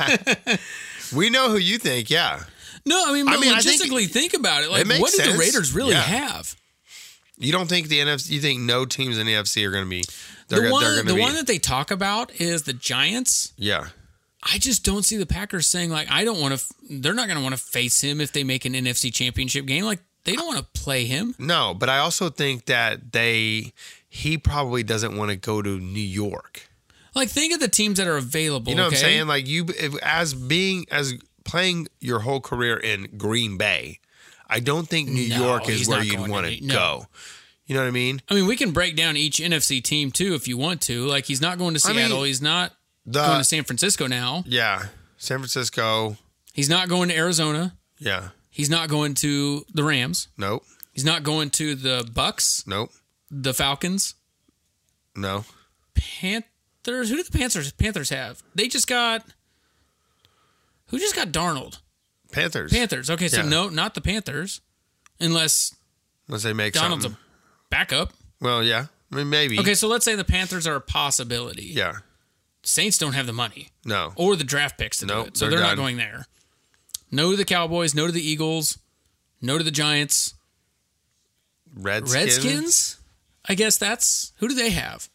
Speaker 1: We know who you think, yeah.
Speaker 2: No, I mean, but
Speaker 1: I mean, I think-
Speaker 2: logistically, think, about it. Like,
Speaker 1: makes
Speaker 2: what did the
Speaker 1: sense.
Speaker 2: Raiders really
Speaker 1: Yeah.
Speaker 2: have?
Speaker 1: You don't think the NFC? You think no teams in the NFC are going to be? They're
Speaker 2: The
Speaker 1: gonna, they're
Speaker 2: one,
Speaker 1: going
Speaker 2: the
Speaker 1: to be.
Speaker 2: one that they talk about is the Giants.
Speaker 1: yeah,
Speaker 2: I just don't see the Packers saying like, I don't want to. They're not going to want to face him if they make an NFC Championship game. Like, they don't want to play him.
Speaker 1: no, but I also think that they he probably doesn't want to go to New York.
Speaker 2: Like, think of the teams that are available.
Speaker 1: You know what I'm
Speaker 2: okay?
Speaker 1: saying? Like you, if, as being as playing your whole career in Green Bay, I don't think New
Speaker 2: No,
Speaker 1: York is
Speaker 2: he's
Speaker 1: where
Speaker 2: not
Speaker 1: you'd
Speaker 2: going to
Speaker 1: want
Speaker 2: New-
Speaker 1: to
Speaker 2: no.
Speaker 1: go. You know what I mean?
Speaker 2: I mean, we can break down each NFC team too if you want to. Like, he's not going to
Speaker 1: I mean,
Speaker 2: Seattle. he's not
Speaker 1: The
Speaker 2: going to San Francisco now.
Speaker 1: yeah, San Francisco.
Speaker 2: He's not going to Arizona.
Speaker 1: Yeah,
Speaker 2: He's not going to the Rams.
Speaker 1: nope,
Speaker 2: He's not going to the Bucks,
Speaker 1: nope,
Speaker 2: the Falcons,
Speaker 1: no.
Speaker 2: Panthers. Who do the Panthers Panthers have? They just got who just got Darnold?
Speaker 1: Panthers.
Speaker 2: Panthers. Okay, so
Speaker 1: Yeah.
Speaker 2: no, not the Panthers, unless
Speaker 1: Unless they make
Speaker 2: Donald's
Speaker 1: something.
Speaker 2: a backup.
Speaker 1: Well, yeah. I mean, maybe.
Speaker 2: Okay, so let's say the Panthers are a possibility.
Speaker 1: Yeah.
Speaker 2: Saints don't have the money.
Speaker 1: No.
Speaker 2: or the draft picks to
Speaker 1: Nope,
Speaker 2: do it. So
Speaker 1: they're
Speaker 2: they're, not
Speaker 1: done.
Speaker 2: going there. No to the Cowboys, no to the Eagles, no to the Giants.
Speaker 1: Redskins.
Speaker 2: Redskins? I guess that's who do they have?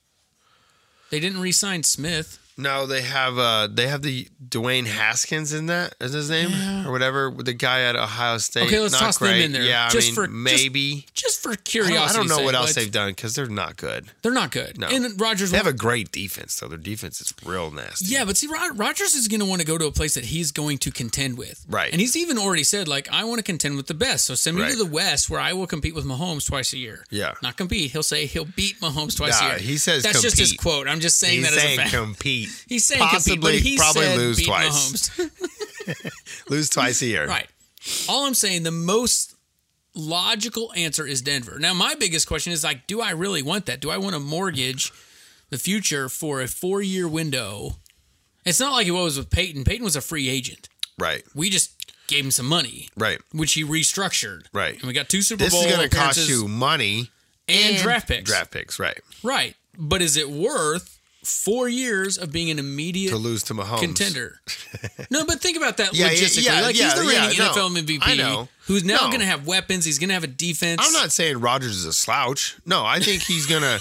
Speaker 2: They didn't re-sign Smith.
Speaker 1: No, they have uh they have the Dwayne Haskins in that is his name or whatever with the guy at Ohio State.
Speaker 2: Okay, let's
Speaker 1: Not
Speaker 2: toss them
Speaker 1: great.
Speaker 2: in there,
Speaker 1: Yeah, I
Speaker 2: just
Speaker 1: mean
Speaker 2: for- just
Speaker 1: maybe.
Speaker 2: Just for
Speaker 1: I don't, I
Speaker 2: curiosity.
Speaker 1: don't know what else
Speaker 2: they
Speaker 1: they've done because they're not good.
Speaker 2: they're not good.
Speaker 1: No.
Speaker 2: And Rogers
Speaker 1: They have a great defense though. Their defense is real nasty.
Speaker 2: Yeah, but see, Rod- Rodgers is going to want to go to a place that he's going to contend with.
Speaker 1: Right.
Speaker 2: And he's even already said, like, I want to contend with the best. So send me
Speaker 1: Right.
Speaker 2: to the West where I will compete with Mahomes twice a year.
Speaker 1: Yeah.
Speaker 2: Not compete. He'll say he'll beat Mahomes twice
Speaker 1: Nah,
Speaker 2: a year.
Speaker 1: he says
Speaker 2: That's just his
Speaker 1: compete.
Speaker 2: quote. I'm just saying
Speaker 1: He's
Speaker 2: that as a
Speaker 1: saying
Speaker 2: fact.
Speaker 1: compete.
Speaker 2: [laughs] he's saying
Speaker 1: possibly
Speaker 2: compete, but he
Speaker 1: probably
Speaker 2: said
Speaker 1: lose
Speaker 2: beat
Speaker 1: twice.
Speaker 2: Mahomes.
Speaker 1: Lose twice a year.
Speaker 2: right. All I'm saying, the most logical answer is Denver. Now, my biggest question is like, do I really want that? Do I want to mortgage the future for a four year window? It's not like it was with Peyton. Peyton was a free agent.
Speaker 1: Right.
Speaker 2: we just gave him some money,
Speaker 1: Right.
Speaker 2: which he restructured,
Speaker 1: Right.
Speaker 2: And we got two Super
Speaker 1: This
Speaker 2: Bowl
Speaker 1: is gonna cost
Speaker 2: appearances
Speaker 1: you money.
Speaker 2: and, draft picks,
Speaker 1: Draft picks, right.
Speaker 2: right? But is it worth four years of being an immediate
Speaker 1: to lose to Mahomes.
Speaker 2: contender? no, but think about that
Speaker 1: [laughs] Yeah, yeah,
Speaker 2: logistically.
Speaker 1: yeah,
Speaker 2: like
Speaker 1: yeah,
Speaker 2: he's the
Speaker 1: yeah,
Speaker 2: reigning
Speaker 1: no,
Speaker 2: NFL MVP.
Speaker 1: I know.
Speaker 2: Who's now
Speaker 1: No.
Speaker 2: going to have weapons? He's going to have a defense.
Speaker 1: I'm not saying Rodgers is a slouch. No, I think he's gonna.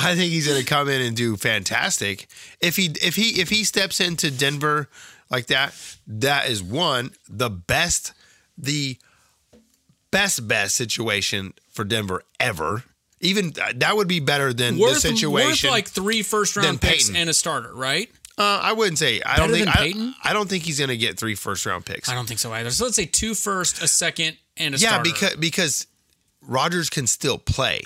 Speaker 1: I think he's gonna come in and do fantastic. If he if he if he steps into Denver like that, that is one the best the best best situation for Denver ever. Even uh, that would be better than
Speaker 2: worth,
Speaker 1: the situation.
Speaker 2: worth like three first
Speaker 1: than
Speaker 2: round picks
Speaker 1: Peyton.
Speaker 2: and a starter, right?
Speaker 1: uh, I wouldn't say. I don't think.
Speaker 2: Better than
Speaker 1: I,
Speaker 2: Peyton?
Speaker 1: I don't think he's gonna get three first round picks.
Speaker 2: I don't think so either. So let's say two first, a second, and a
Speaker 1: Yeah,
Speaker 2: starter.
Speaker 1: because because Rodgers can still play.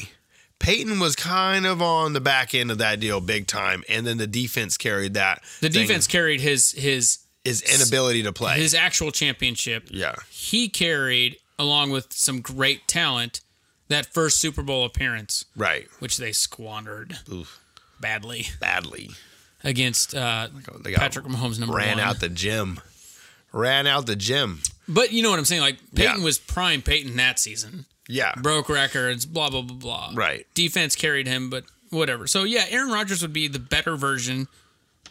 Speaker 1: Peyton was kind of on the back end of that deal big time, and then the defense carried that.
Speaker 2: the
Speaker 1: thing,
Speaker 2: defense carried his his
Speaker 1: his inability to play.
Speaker 2: his actual championship.
Speaker 1: yeah,
Speaker 2: He carried along with some great talent that first Super Bowl appearance,
Speaker 1: right,
Speaker 2: which they squandered
Speaker 1: Oof.
Speaker 2: badly
Speaker 1: badly.
Speaker 2: against uh,
Speaker 1: They got
Speaker 2: Patrick Mahomes number
Speaker 1: ran
Speaker 2: one.
Speaker 1: out the gym, ran out the gym.
Speaker 2: but you know what I'm saying? Like Peyton
Speaker 1: Yeah.
Speaker 2: was prime Peyton that season.
Speaker 1: Yeah,
Speaker 2: broke records, blah blah blah blah.
Speaker 1: Right.
Speaker 2: Defense carried him, but whatever. So yeah, Aaron Rodgers would be the better version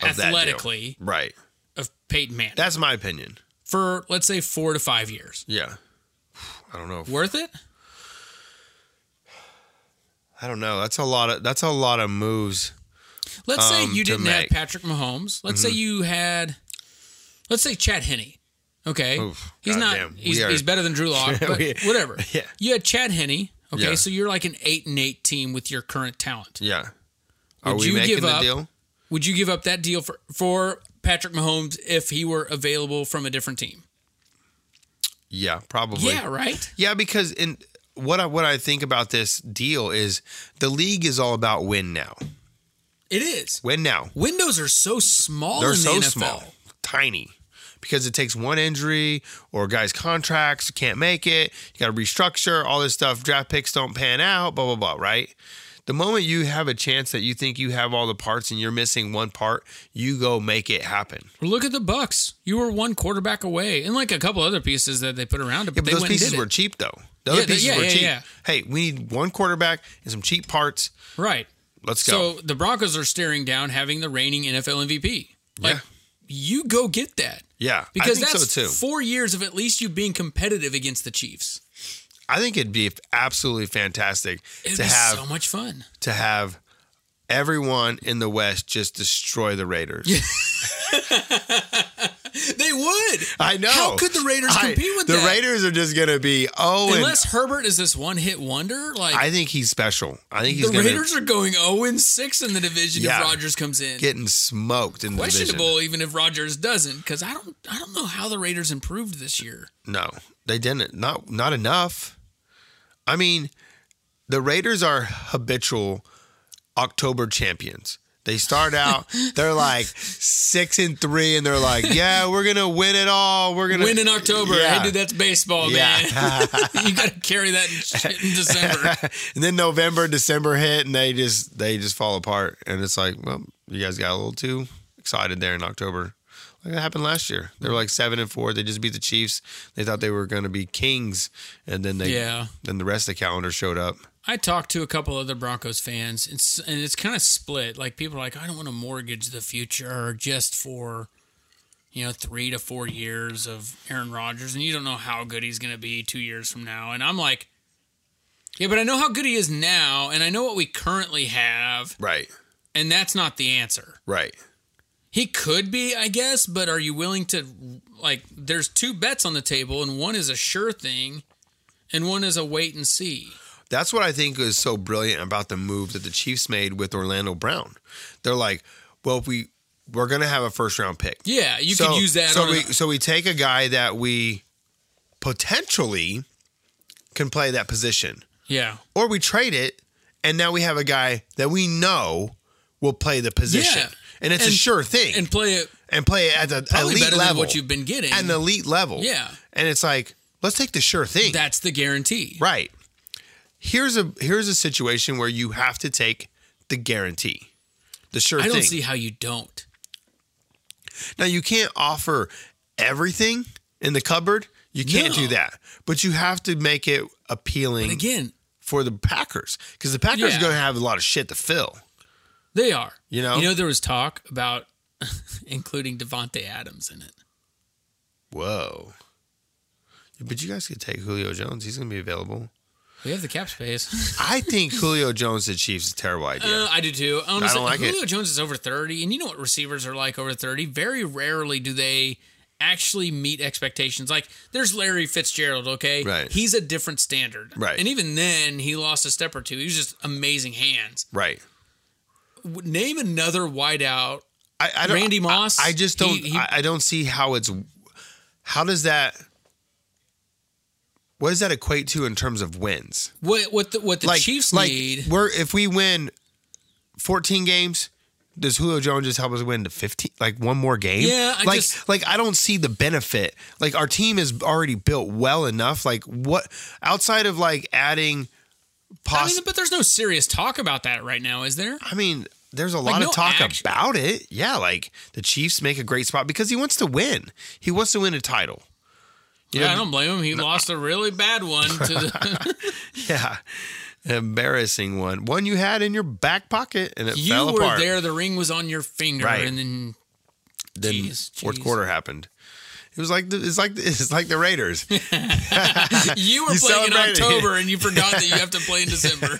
Speaker 1: of that deal.
Speaker 2: athletically
Speaker 1: right.
Speaker 2: of Peyton Manning
Speaker 1: That's my opinion.
Speaker 2: for let's say four to five years.
Speaker 1: Yeah, I don't know. If,
Speaker 2: Worth it?
Speaker 1: I don't know. That's a lot of that's a lot of moves.
Speaker 2: Let's
Speaker 1: Um,
Speaker 2: say you
Speaker 1: to
Speaker 2: didn't
Speaker 1: make. Mm-hmm.
Speaker 2: have Patrick Mahomes. Let's say you had, let's say Chad Henney. Okay,
Speaker 1: Oof,
Speaker 2: he's
Speaker 1: goddamn,
Speaker 2: not.
Speaker 1: we
Speaker 2: He's,
Speaker 1: are-
Speaker 2: he's better than Drew
Speaker 1: [laughs]
Speaker 2: Lock. But
Speaker 1: We-
Speaker 2: whatever.
Speaker 1: yeah.
Speaker 2: You had Chad Henney. Okay,
Speaker 1: Yeah.
Speaker 2: so you're like an eight and eight team with your current talent.
Speaker 1: Yeah, are
Speaker 2: Would
Speaker 1: we
Speaker 2: you
Speaker 1: making
Speaker 2: give
Speaker 1: the
Speaker 2: up-
Speaker 1: deal?
Speaker 2: Would you give up that deal for for Patrick Mahomes if he were available from a different team?
Speaker 1: Yeah, probably.
Speaker 2: Yeah, right.
Speaker 1: Yeah, because in what I, what I think about this deal is the league is all about win now.
Speaker 2: It is.
Speaker 1: Win now.
Speaker 2: Windows are so small.
Speaker 1: They're
Speaker 2: in the
Speaker 1: so
Speaker 2: NFL.
Speaker 1: small, tiny. Because it takes one injury or guys' contracts can't make it. You got to restructure all this stuff. Draft picks don't pan out. Blah blah blah. Right. The moment you have a chance that you think you have all the parts and you're missing one part, you go make it happen.
Speaker 2: Look at the Bucks. You were one quarterback away, and like a couple other pieces that they put around it.
Speaker 1: Yeah,
Speaker 2: But,
Speaker 1: but
Speaker 2: they
Speaker 1: those
Speaker 2: went and
Speaker 1: pieces
Speaker 2: did
Speaker 1: were
Speaker 2: it.
Speaker 1: cheap though. The other
Speaker 2: Yeah, they-
Speaker 1: pieces
Speaker 2: yeah,
Speaker 1: were
Speaker 2: yeah,
Speaker 1: cheap.
Speaker 2: yeah.
Speaker 1: Hey, we need one quarterback and some cheap parts.
Speaker 2: right.
Speaker 1: Let's go.
Speaker 2: So the Broncos are staring down having the reigning NFL MVP. Like
Speaker 1: Yeah.
Speaker 2: you go get that
Speaker 1: Yeah,
Speaker 2: because
Speaker 1: I think
Speaker 2: that's
Speaker 1: so too.
Speaker 2: four years of at least you being competitive against the Chiefs.
Speaker 1: I think it'd be absolutely fantastic
Speaker 2: It'd
Speaker 1: to
Speaker 2: be
Speaker 1: have
Speaker 2: so
Speaker 1: [laughs]
Speaker 2: much fun.
Speaker 1: to have everyone in the West just destroy the Raiders.
Speaker 2: They would.
Speaker 1: I know.
Speaker 2: How could the Raiders
Speaker 1: I-
Speaker 2: compete with
Speaker 1: the
Speaker 2: that?
Speaker 1: Raiders are just gonna be oh,
Speaker 2: Unless Herbert is this one hit wonder, like
Speaker 1: and I think he's special. I think he's
Speaker 2: the
Speaker 1: gonna
Speaker 2: Raiders are going zero and six in the division
Speaker 1: Yeah.
Speaker 2: if Rodgers comes in.
Speaker 1: getting smoked in the division.
Speaker 2: questionable even if Rodgers doesn't because I don't I don't know how the Raiders improved this year.
Speaker 1: No, they didn't. Not not enough. I mean, the Raiders are habitual October champions. They start out, they're like six and three, and they're like, "Yeah, we're gonna win it all. We're gonna
Speaker 2: Win in October,
Speaker 1: [laughs] Yeah.
Speaker 2: hey dude, that's baseball,
Speaker 1: Yeah.
Speaker 2: man. [laughs] you got to carry that in, shit
Speaker 1: [laughs]
Speaker 2: in December.
Speaker 1: and then November, December hit, and they just they just fall apart. And it's like, well, you guys got a little too excited there in October. Like that happened last year. They were like seven and four. They just beat the Chiefs. They thought they were going to be kings, and then they
Speaker 2: Yeah.
Speaker 1: Then the rest of the calendar showed up.
Speaker 2: I talked to a couple other Broncos fans, and, s- and it's kind of split. Like people are like, I don't want to mortgage the future just for, you know, three to four years of Aaron Rodgers, and you don't know how good he's going to be two years from now. And I'm like, yeah, but I know how good he is now, and I know what we currently have,
Speaker 1: Right.
Speaker 2: and that's not the answer.
Speaker 1: Right.
Speaker 2: He could be, I guess, but are you willing to like? There's two bets on the table, and one is a sure thing, and one is a wait and see.
Speaker 1: That's what I think is so brilliant about the move that the Chiefs made with Orlando Brown. They're like, well, if we we're going to have a first round pick.
Speaker 2: Yeah, you
Speaker 1: so,
Speaker 2: could use that.
Speaker 1: So
Speaker 2: on
Speaker 1: we
Speaker 2: a-
Speaker 1: so we take a guy that we potentially can play that position,
Speaker 2: yeah,
Speaker 1: or we trade it, and now we have a guy that we know will play the position,
Speaker 2: Yeah.
Speaker 1: and it's a
Speaker 2: And-
Speaker 1: sure thing,
Speaker 2: and
Speaker 1: and,
Speaker 2: play it
Speaker 1: play it at the
Speaker 2: probably
Speaker 1: elite
Speaker 2: better
Speaker 1: level.
Speaker 2: than what you've been getting.
Speaker 1: at an elite level,
Speaker 2: Yeah.
Speaker 1: And it's like, let's take the sure thing,
Speaker 2: that's the guarantee.
Speaker 1: right? Here's a here's a situation where you have to take the guarantee, the sure
Speaker 2: I
Speaker 1: thing.
Speaker 2: don't see how you don't.
Speaker 1: Now you can't offer everything in the cupboard. You can't
Speaker 2: No.
Speaker 1: do that. But you have to make it appealing
Speaker 2: Again,
Speaker 1: for the Packers because the Packers
Speaker 2: Yeah.
Speaker 1: are going to have a lot of shit to fill.
Speaker 2: They are.
Speaker 1: You know?
Speaker 2: You know there was talk about [laughs] including Devonte Adams in it.
Speaker 1: Whoa. But you guys could take Julio Jones. He's going to be available.
Speaker 2: We have the cap space.
Speaker 1: I think Julio Jones to Chiefs is a terrible idea.
Speaker 2: [laughs] Uh, I do too. Honestly,
Speaker 1: I don't like it.
Speaker 2: Julio Jones is over thirty, and you know what receivers are like over thirty. Very rarely do they actually meet expectations. Like there's Larry Fitzgerald, okay,
Speaker 1: Right.
Speaker 2: He's a different standard,
Speaker 1: Right.
Speaker 2: And even then, he lost a step or two. He was just amazing hands.
Speaker 1: right.
Speaker 2: W- Name another wideout.
Speaker 1: I, I don't,
Speaker 2: Randy
Speaker 1: I-
Speaker 2: Moss,
Speaker 1: I, just don't.
Speaker 2: he- he-
Speaker 1: I, I don't see how it's. How does that? What does that equate to in terms of wins?
Speaker 2: What what the, what the
Speaker 1: Like
Speaker 2: Chiefs
Speaker 1: like
Speaker 2: need?
Speaker 1: we're if we win fourteen games, does Julio Jones just help us win to fifteen? Like one more game?
Speaker 2: Yeah, I
Speaker 1: like
Speaker 2: just-
Speaker 1: like I don't see the benefit. Like our team is already built well enough. Like what outside of like adding,
Speaker 2: I
Speaker 1: poss-
Speaker 2: mean, but there's no serious talk about that right now, is there?
Speaker 1: I mean, there's a lot
Speaker 2: no
Speaker 1: of talk
Speaker 2: action.
Speaker 1: about it. Yeah, like the Chiefs make a great spot because he wants to win. He wants to win a title.
Speaker 2: Yeah, I don't blame him. He lost a really bad one to
Speaker 1: [laughs]
Speaker 2: the
Speaker 1: Yeah. Embarrassing one. One you had in your back pocket and it
Speaker 2: You
Speaker 1: fell
Speaker 2: were
Speaker 1: apart.
Speaker 2: there. The ring was on your finger,
Speaker 1: Right. [laughs]
Speaker 2: and then
Speaker 1: Then
Speaker 2: Jeez,
Speaker 1: fourth
Speaker 2: jeez.
Speaker 1: quarter happened. It was like the, it's like the, it's like the
Speaker 2: [laughs]
Speaker 1: Raiders.
Speaker 2: you were
Speaker 1: You
Speaker 2: playing in
Speaker 1: celebrated. [laughs]
Speaker 2: October, and you forgot that you have to play in December.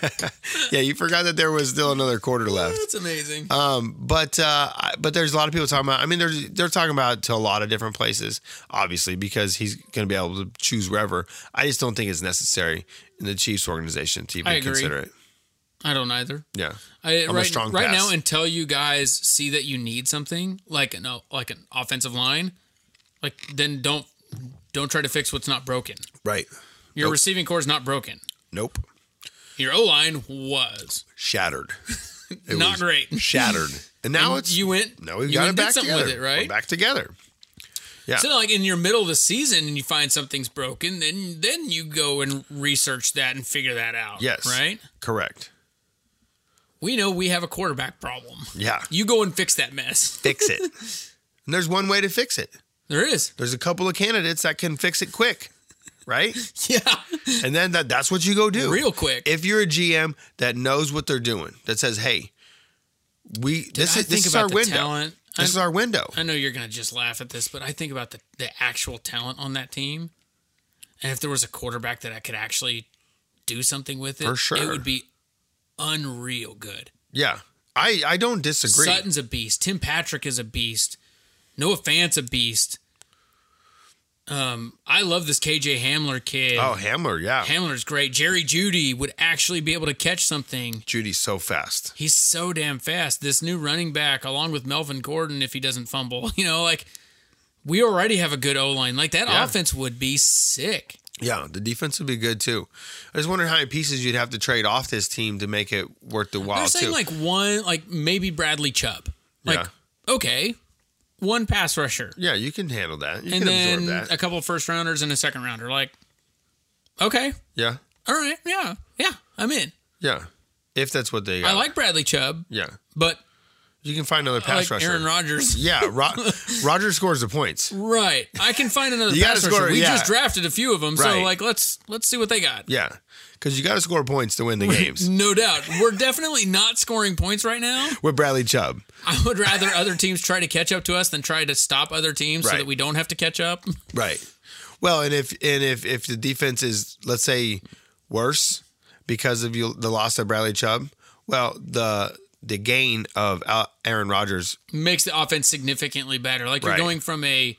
Speaker 1: yeah, you forgot that there was still another quarter left.
Speaker 2: That's amazing.
Speaker 1: Um, but uh, I- but there's a lot of people talking about. I mean, there's they're talking about it to a lot of different places, obviously, because he's going to be able to choose wherever. I just don't think it's necessary in the Chiefs organization to even
Speaker 2: I agree.
Speaker 1: consider it.
Speaker 2: I don't either.
Speaker 1: Yeah,
Speaker 2: I,
Speaker 1: a
Speaker 2: right
Speaker 1: strong
Speaker 2: right
Speaker 1: pass.
Speaker 2: now, until you guys see that you need something like an like an offensive line, like then don't don't try to fix what's not broken.
Speaker 1: right.
Speaker 2: Your
Speaker 1: Nope.
Speaker 2: receiving core is not broken.
Speaker 1: Nope,
Speaker 2: Your O line was
Speaker 1: shattered, [laughs] It
Speaker 2: not
Speaker 1: was [laughs]
Speaker 2: great.
Speaker 1: shattered, and now
Speaker 2: And
Speaker 1: it's
Speaker 2: you went.
Speaker 1: No, we've
Speaker 2: you
Speaker 1: got it
Speaker 2: went and did
Speaker 1: back
Speaker 2: something
Speaker 1: together.
Speaker 2: With it, right?
Speaker 1: We're back together.
Speaker 2: So like in your middle of the season and you find something's broken, then then you go and research that and figure that out.
Speaker 1: Yes.
Speaker 2: Right?
Speaker 1: Correct.
Speaker 2: We know we have a quarterback problem.
Speaker 1: Yeah.
Speaker 2: You go and fix that mess.
Speaker 1: [laughs] fix it. And there's one way to fix it.
Speaker 2: There
Speaker 1: [laughs]
Speaker 2: is.
Speaker 1: There's a couple of candidates that can fix it quick, right?
Speaker 2: Yeah.
Speaker 1: And then that, that's what you go do.
Speaker 2: Real quick.
Speaker 1: If you're a GM that knows what they're doing, that says, "Hey, we this
Speaker 2: I
Speaker 1: is this
Speaker 2: think
Speaker 1: is
Speaker 2: about
Speaker 1: our
Speaker 2: the
Speaker 1: window.
Speaker 2: talent.
Speaker 1: This is
Speaker 2: I'm-
Speaker 1: our window."
Speaker 2: I know you're gonna just laugh at this, but I think about the, the actual talent on that team. And if there was a quarterback that I could actually do something with it,
Speaker 1: For sure.
Speaker 2: it would be unreal good.
Speaker 1: yeah, I I don't disagree.
Speaker 2: Sutton's a beast. Tim Patrick is a beast. Noah Fant's a beast. Um, I love this KJ Hamler kid.
Speaker 1: Oh, Hamler, yeah,
Speaker 2: Hamler's great. Jerry Judy would actually be able to catch something.
Speaker 1: Judy's so fast.
Speaker 2: He's so damn fast. This new running back, along with Melvin Gordon, if he doesn't fumble, [laughs] you know, like we already have a good O line. Like that
Speaker 1: Yeah.
Speaker 2: offense would be sick.
Speaker 1: Yeah, the defense would be good too. I just wonder how many pieces you'd have to trade off this team to make it worth the while
Speaker 2: They're saying
Speaker 1: too.
Speaker 2: like one, like maybe Bradley Chubb. Like okay, one pass rusher.
Speaker 1: yeah, you can handle that. You
Speaker 2: and
Speaker 1: can absorb
Speaker 2: then
Speaker 1: that.
Speaker 2: a couple of first rounders and a second rounder. Like, okay,
Speaker 1: yeah,
Speaker 2: all right, yeah, yeah, I'm in.
Speaker 1: yeah. If that's what they got.
Speaker 2: I like Bradley Chubb,
Speaker 1: Yeah,
Speaker 2: but
Speaker 1: you can find another
Speaker 2: I
Speaker 1: pass
Speaker 2: like
Speaker 1: rusher. [laughs]
Speaker 2: Aaron Rodgers.
Speaker 1: yeah,
Speaker 2: [laughs]
Speaker 1: Ro- Rogers scores the points.
Speaker 2: Right, I can find another
Speaker 1: You gotta
Speaker 2: pass
Speaker 1: score,
Speaker 2: rusher. We
Speaker 1: yeah.
Speaker 2: just drafted a few of them, so
Speaker 1: Right.
Speaker 2: like let's let's see what they got.
Speaker 1: Yeah, because you got to score points to win the games.
Speaker 2: No doubt, we're definitely not scoring points right now.
Speaker 1: with Bradley Chubb.
Speaker 2: I would rather other teams try to catch up to us than try to stop other teams so
Speaker 1: Right.
Speaker 2: that we don't have to catch up.
Speaker 1: Right. Well, and if and if if the defense is let's say worse because of you, the loss of Bradley Chubb, well the the gain of Al- Aaron Rodgers.
Speaker 2: Makes the offense significantly better. Like you're
Speaker 1: Right.
Speaker 2: going from a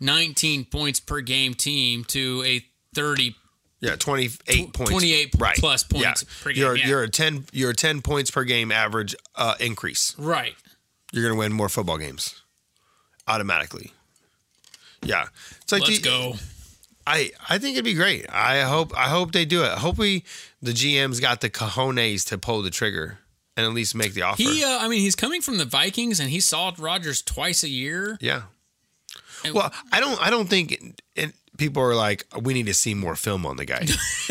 Speaker 2: 19 points per game team to a 30
Speaker 1: Yeah, twenty eight points.
Speaker 2: 28 plus points per game,
Speaker 1: You're
Speaker 2: yeah.
Speaker 1: you're a ten you're a ten points per game average uh, increase.
Speaker 2: Right.
Speaker 1: You're gonna win more football games automatically. Yeah, it's like
Speaker 2: Let's
Speaker 1: the-
Speaker 2: go.
Speaker 1: I I think it'd be great. I hope I hope they do it. Hope we the GM's got the cojones to pull the trigger and at least make the offer.
Speaker 2: He, uh, I mean, he's coming from the Vikings, and he saw Rodgers twice a year.
Speaker 1: yeah.
Speaker 2: And-
Speaker 1: Well, I don't I don't think it, people are like we need to see more film on the guy.
Speaker 2: [laughs]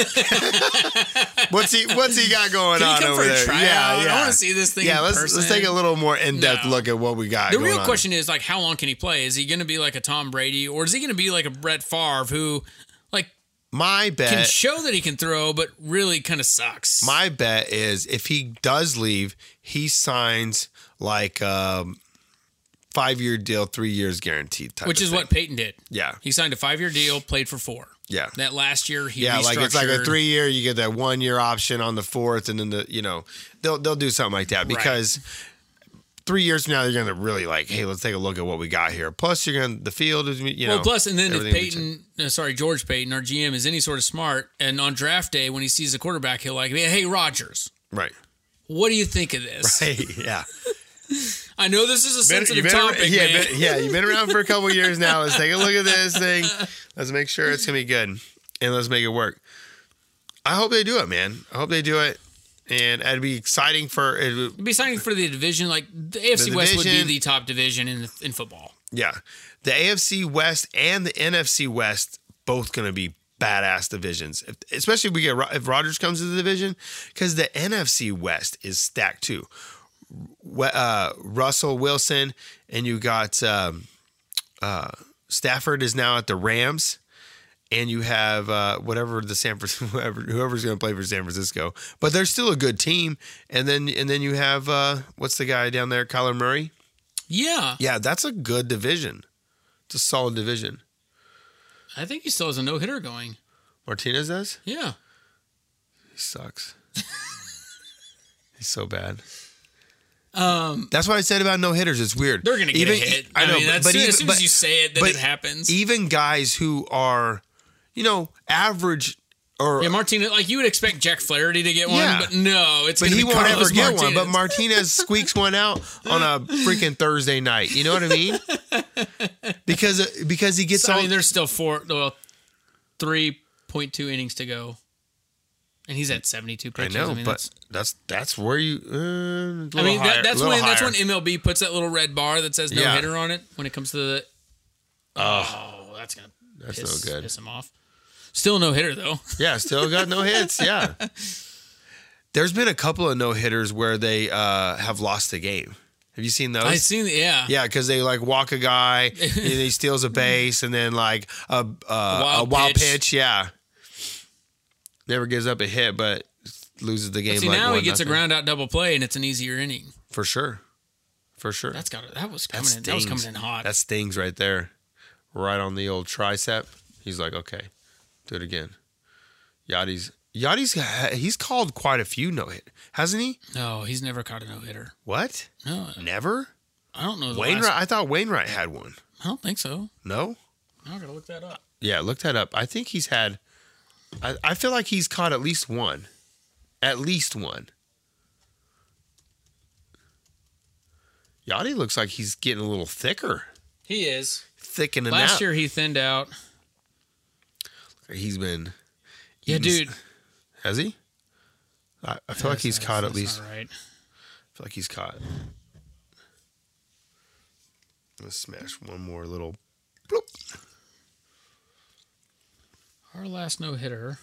Speaker 1: what's he What's he got going
Speaker 2: Can he
Speaker 1: on
Speaker 2: come
Speaker 1: over
Speaker 2: for a
Speaker 1: there?
Speaker 2: tryout? I wanna see this thing
Speaker 1: Yeah,
Speaker 2: in
Speaker 1: let's let's
Speaker 2: person.
Speaker 1: take a little more in depth
Speaker 2: No.
Speaker 1: look at what we got.
Speaker 2: The
Speaker 1: going
Speaker 2: real
Speaker 1: on.
Speaker 2: question is like, how long can he play? Is he going to be like a Tom Brady, or is he going to be like a Brett Favre, who, like,
Speaker 1: My bet
Speaker 2: Can show that he can throw, but really kind of sucks.
Speaker 1: Uh, My bet is if he does leave, he signs like um five year deal, three years guaranteed type.
Speaker 2: which
Speaker 1: of
Speaker 2: is
Speaker 1: thing.
Speaker 2: what Peyton did.
Speaker 1: Yeah.
Speaker 2: he signed a five-year deal, played for four.
Speaker 1: Yeah.
Speaker 2: that last year he
Speaker 1: Yeah, like it's like a
Speaker 2: restructured.
Speaker 1: three year. You get that one year option on the fourth, and then the you know they'll they'll do something like that because three years from now they're going to really like, hey, let's take a look at what we got here. Plus, you're going to the field is you know.
Speaker 2: Well, plus, and then if
Speaker 1: everything we took.
Speaker 2: Peyton, uh, sorry, George Peyton, our GM, is any sort of smart, and on draft day when he sees a quarterback, he'll like, "Hey, Rogers, [laughs]
Speaker 1: right?
Speaker 2: what do you think of this?"
Speaker 1: Hey, yeah.
Speaker 2: I know this is a
Speaker 1: Been-
Speaker 2: sensitive
Speaker 1: you've been ar-
Speaker 2: topic,
Speaker 1: yeah,
Speaker 2: man.
Speaker 1: been- yeah, you've been around for a couple years now. Let's take a look at this thing. Let's make sure it's gonna be good, and let's make it work. I hope they do it, man. I hope they do it, and it'd be exciting for it. would-
Speaker 2: Be signing for the division, like the AFC
Speaker 1: The
Speaker 2: West would be
Speaker 1: division.
Speaker 2: the top division in in football.
Speaker 1: Yeah, the AFC West and the NFC West both gonna be badass divisions, if, especially if we get Ro- if Rodgers comes to the division because the NFC West is stacked too. We- Uh, Russell Wilson and you got um, uh, Stafford is now at the Rams. and you have uh, whatever the San Francisco [laughs] whoever, whoever's going to play for San Francisco, but they're still a good team. And then and then you have uh, what's the guy down there, Kyler Murray?
Speaker 2: Yeah,
Speaker 1: Yeah, that's a good division. It's a solid division.
Speaker 2: I think he still has a no hitter going.
Speaker 1: Martinez does.
Speaker 2: Yeah,
Speaker 1: He
Speaker 2: [laughs]
Speaker 1: sucks. He's so bad. Um, that's what I said about no hitters. It's weird.
Speaker 2: they're gonna get a hit. I, mean, that's soon, as soon as
Speaker 1: but-
Speaker 2: you say it, then
Speaker 1: but e-
Speaker 2: it happens.
Speaker 1: Even guys who are, you know, average or
Speaker 2: yeah, Martinez, like you would expect Jack Flaherty to get one,
Speaker 1: Yeah.
Speaker 2: but no, it's
Speaker 1: but
Speaker 2: gonna
Speaker 1: he
Speaker 2: be
Speaker 1: won't
Speaker 2: Carlos
Speaker 1: ever get one.
Speaker 2: Martinez.
Speaker 1: But Martinez squeaks one out on a freaking Thursday night. You know what I
Speaker 2: [laughs]
Speaker 1: mean? Because because he gets
Speaker 2: So, I
Speaker 1: all
Speaker 2: mean, there's still four, well, three point two innings to go, and he's at seventy two
Speaker 1: I
Speaker 2: pitches.
Speaker 1: know,
Speaker 2: mean,
Speaker 1: but
Speaker 2: that's-
Speaker 1: that's that's where you. Uh,
Speaker 2: I mean that, that's when that's when
Speaker 1: It,
Speaker 2: MLB puts that little red bar that says no
Speaker 1: Yeah.
Speaker 2: hitter on it when it comes to the. Oh, that's gonna
Speaker 1: that's
Speaker 2: piss,
Speaker 1: no good.
Speaker 2: piss him off. Still no hitter though. [laughs]
Speaker 1: Yeah, still got no hits. Yeah, there's been a couple of no hitters where they uh, have lost the game. Have you seen those?
Speaker 2: I seen the yeah.
Speaker 1: Yeah, because they like walk a guy, and he steals
Speaker 2: [laughs]
Speaker 1: a base, and then like a, a, a
Speaker 2: wild
Speaker 1: wild
Speaker 2: pitch.
Speaker 1: pitch. Yeah, never gives up a hit, but loses the game.
Speaker 2: See
Speaker 1: like
Speaker 2: now he
Speaker 1: one
Speaker 2: gets a
Speaker 1: nothing.
Speaker 2: ground out double play and it's an easier inning.
Speaker 1: for sure, for sure.
Speaker 2: That's got that was
Speaker 1: That
Speaker 2: coming in, that was
Speaker 1: stings.
Speaker 2: coming in hot.
Speaker 1: That stings right there, right on the old tricep. He's like, okay, do it again. Yachty's Yachty's he's called quite a few no hit, hasn't he?
Speaker 2: no, he's never caught a no hitter.
Speaker 1: What?
Speaker 2: No,
Speaker 1: Never.
Speaker 2: I don't know. The
Speaker 1: Wainwright.
Speaker 2: last,
Speaker 1: I thought Wainwright had one.
Speaker 2: I don't think so.
Speaker 1: No.
Speaker 2: I gotta look that up.
Speaker 1: Yeah, look that up. I think he's had. I, I feel like he's caught at least one, at least one. Yachty looks like he's getting a little thicker,
Speaker 2: He is.
Speaker 1: thickening
Speaker 2: Last
Speaker 1: out.
Speaker 2: year he thinned out.
Speaker 1: he's been.
Speaker 2: Yeah,
Speaker 1: Eaton's-
Speaker 2: dude.
Speaker 1: Has he? I, I feel like he's caught at least.
Speaker 2: All right.
Speaker 1: I feel like he's caught. Let's smash one more little. bloop.
Speaker 2: Our last no hitter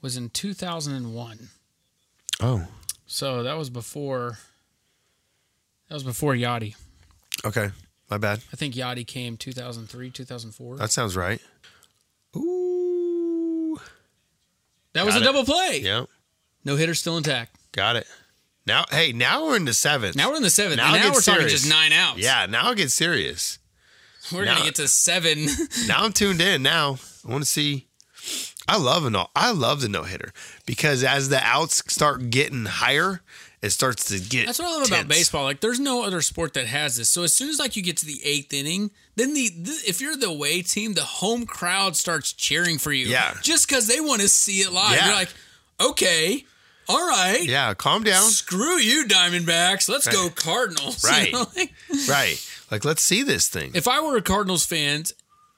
Speaker 2: was in 2001.
Speaker 1: Oh,
Speaker 2: So that was before. That was before Yachty.
Speaker 1: okay. My bad.
Speaker 2: I think Yachty came 2003, 2004.
Speaker 1: That sounds right. Ooh.
Speaker 2: that was a
Speaker 1: got it.
Speaker 2: double play.
Speaker 1: Yep.
Speaker 2: No hitter still intact.
Speaker 1: Got it. Now, hey, now we're in the seventh.
Speaker 2: Now we're in the seventh.
Speaker 1: Now
Speaker 2: and
Speaker 1: it
Speaker 2: now
Speaker 1: gets
Speaker 2: we're talking
Speaker 1: serious.
Speaker 2: just nine outs.
Speaker 1: yeah. Now it gets serious.
Speaker 2: We're
Speaker 1: now-
Speaker 2: gonna get
Speaker 1: [laughs]
Speaker 2: to seven.
Speaker 1: Now I'm tuned in. Now I want to see. I love an all. I love the no hitter because as the outs start getting higher, it starts to get.
Speaker 2: That's what I love about
Speaker 1: tense.
Speaker 2: baseball. Like, there's no other sport that has this. So as soon as like you get to the eighth inning, then the, the if you're the away team, the home crowd starts cheering for you.
Speaker 1: Yeah.
Speaker 2: Just because they want to see it live.
Speaker 1: Yeah.
Speaker 2: You're like, okay, all right.
Speaker 1: Yeah, calm down.
Speaker 2: Screw you, Diamondbacks. Let's go Cardinals. [laughs] You
Speaker 1: Right.
Speaker 2: know, like-
Speaker 1: right. Like, let's see this thing.
Speaker 2: if I were a Cardinals fan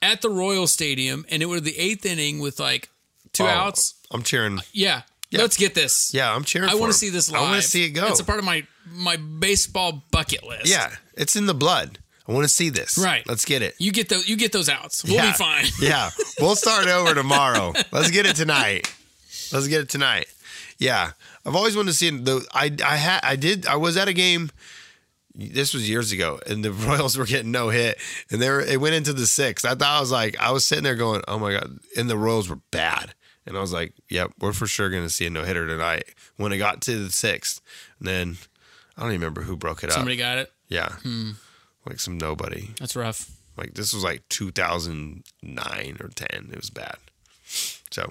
Speaker 2: at the Royal Stadium and it were the eighth inning with like two
Speaker 1: Oh,
Speaker 2: outs,
Speaker 1: I'm cheering.
Speaker 2: yeah, let's get this.
Speaker 1: Yeah, I'm cheering.
Speaker 2: I
Speaker 1: want to
Speaker 2: see this live.
Speaker 1: I want to see it go.
Speaker 2: It's a part of my my baseball bucket list.
Speaker 1: yeah, it's in the blood. I want to see this.
Speaker 2: Right.
Speaker 1: Let's get it.
Speaker 2: You get those. You get those outs. We'll
Speaker 1: yeah.
Speaker 2: be
Speaker 1: [laughs]
Speaker 2: fine. [laughs]
Speaker 1: yeah. We'll start over tomorrow. Let's get it tonight. Let's get it tonight. Yeah. I've always wanted to see the I I had I did I was at a game This was years ago, and the [laughs] Royals were getting no hit, and they were, it went into the sixth. I thought I was like, I was sitting there going, "Oh my god!" And the Royals were bad, and I was like, "Yep, we're for sure going to see a no hitter tonight." When it got to the sixth, and then I don't even remember who broke it
Speaker 2: Somebody
Speaker 1: up.
Speaker 2: got it.
Speaker 1: Yeah, like some nobody.
Speaker 2: That's rough.
Speaker 1: Like this was like 2009 or 10. It was bad. So,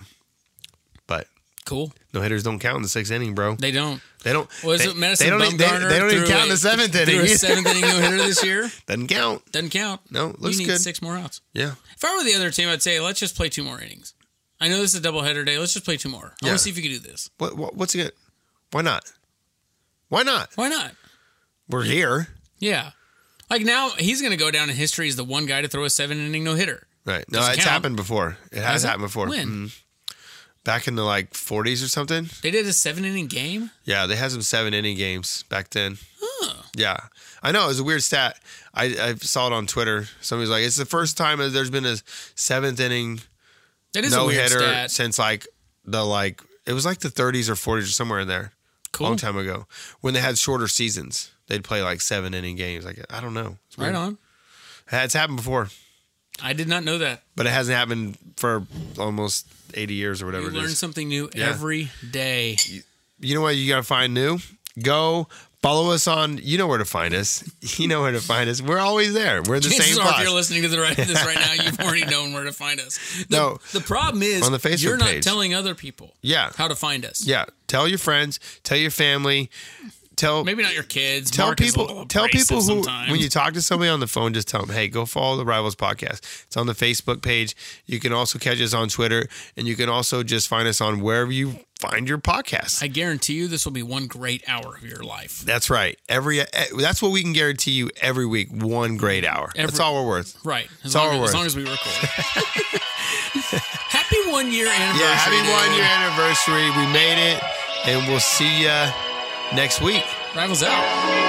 Speaker 1: but
Speaker 2: Cool.
Speaker 1: no hitters don't count in the sixth inning, bro.
Speaker 2: They don't.
Speaker 1: They don't.
Speaker 2: Was
Speaker 1: they,
Speaker 2: it Madison
Speaker 1: they don't, even- they-
Speaker 2: Bumgarner?
Speaker 1: they don't even
Speaker 2: threw
Speaker 1: count
Speaker 2: a-
Speaker 1: in the seventh
Speaker 2: Threw a
Speaker 1: [laughs] inning.
Speaker 2: seventh inning no hitter this year.
Speaker 1: Doesn't count.
Speaker 2: Doesn't count.
Speaker 1: No, it looks
Speaker 2: you need
Speaker 1: good.
Speaker 2: six more outs.
Speaker 1: Yeah,
Speaker 2: If I were the other team, I'd say let's just play two more innings. I know this is a doubleheader day. Let's just play two more. I
Speaker 1: Yeah.
Speaker 2: want to see if you can do this.
Speaker 1: What, what what's it? Why not? Why not?
Speaker 2: Why not?
Speaker 1: We're here.
Speaker 2: Yeah. Like now, he's going to go down in history as the one guy to throw a seven inning no hitter.
Speaker 1: Right. No,
Speaker 2: Doesn't
Speaker 1: it's
Speaker 2: count.
Speaker 1: happened before. It has
Speaker 2: Has it?
Speaker 1: happened before.
Speaker 2: When?
Speaker 1: Mhm. Back in the like 40s or something.
Speaker 2: They did a seven inning game.
Speaker 1: Yeah, they had some seven inning games back then.
Speaker 2: Huh.
Speaker 1: Yeah, I know it was a weird stat. I, I saw it on Twitter. Somebody's like, "It's the first time that there's been a seventh inning
Speaker 2: That is a
Speaker 1: no
Speaker 2: weird
Speaker 1: hitter
Speaker 2: stat.
Speaker 1: since like the like it was like the 30s or 40s or somewhere in there,
Speaker 2: cool.
Speaker 1: long time ago when they had shorter seasons. They'd play like seven inning games. Like I don't know. It's
Speaker 2: Right
Speaker 1: weird.
Speaker 2: on.
Speaker 1: It's happened before,
Speaker 2: I did not know that.
Speaker 1: but it hasn't happened for almost 80 years or whatever
Speaker 2: You
Speaker 1: it
Speaker 2: learn
Speaker 1: is.
Speaker 2: something new
Speaker 1: Yeah.
Speaker 2: every day.
Speaker 1: you know what you gotta find new go follow us on you know where to find us [laughs] you know where to find us we're always there we're
Speaker 2: [laughs]
Speaker 1: the
Speaker 2: Chances
Speaker 1: same
Speaker 2: are, if
Speaker 1: class.
Speaker 2: you're listening to the right, this right now, you've already known where to
Speaker 1: [laughs]
Speaker 2: find us. The,
Speaker 1: No.
Speaker 2: the problem is
Speaker 1: On the Facebook
Speaker 2: you're not
Speaker 1: page.
Speaker 2: telling other people
Speaker 1: yeah
Speaker 2: how to find us.
Speaker 1: yeah tell your friends tell your family tell
Speaker 2: Maybe not your kids.
Speaker 1: tell
Speaker 2: Mark is a
Speaker 1: people
Speaker 2: little
Speaker 1: tell
Speaker 2: abrasive
Speaker 1: people who
Speaker 2: sometimes.
Speaker 1: when you talk to somebody on the phone just tell them hey go follow the rivals podcast it's on the facebook page you can also catch us on twitter and you can also just find us on wherever you find your podcast
Speaker 2: I guarantee you this will be one great hour of your life.
Speaker 1: that's right every eh, that's what we can guarantee you every week one great hour that's
Speaker 2: Every-
Speaker 1: all we're worth
Speaker 2: Right. As,
Speaker 1: all
Speaker 2: long
Speaker 1: we're worth.
Speaker 2: as, as long as we record. [laughs] happy one year anniversary.
Speaker 1: Yeah, happy
Speaker 2: dude.
Speaker 1: one year anniversary. We made it, and we'll see ya next week.
Speaker 2: Rivals out.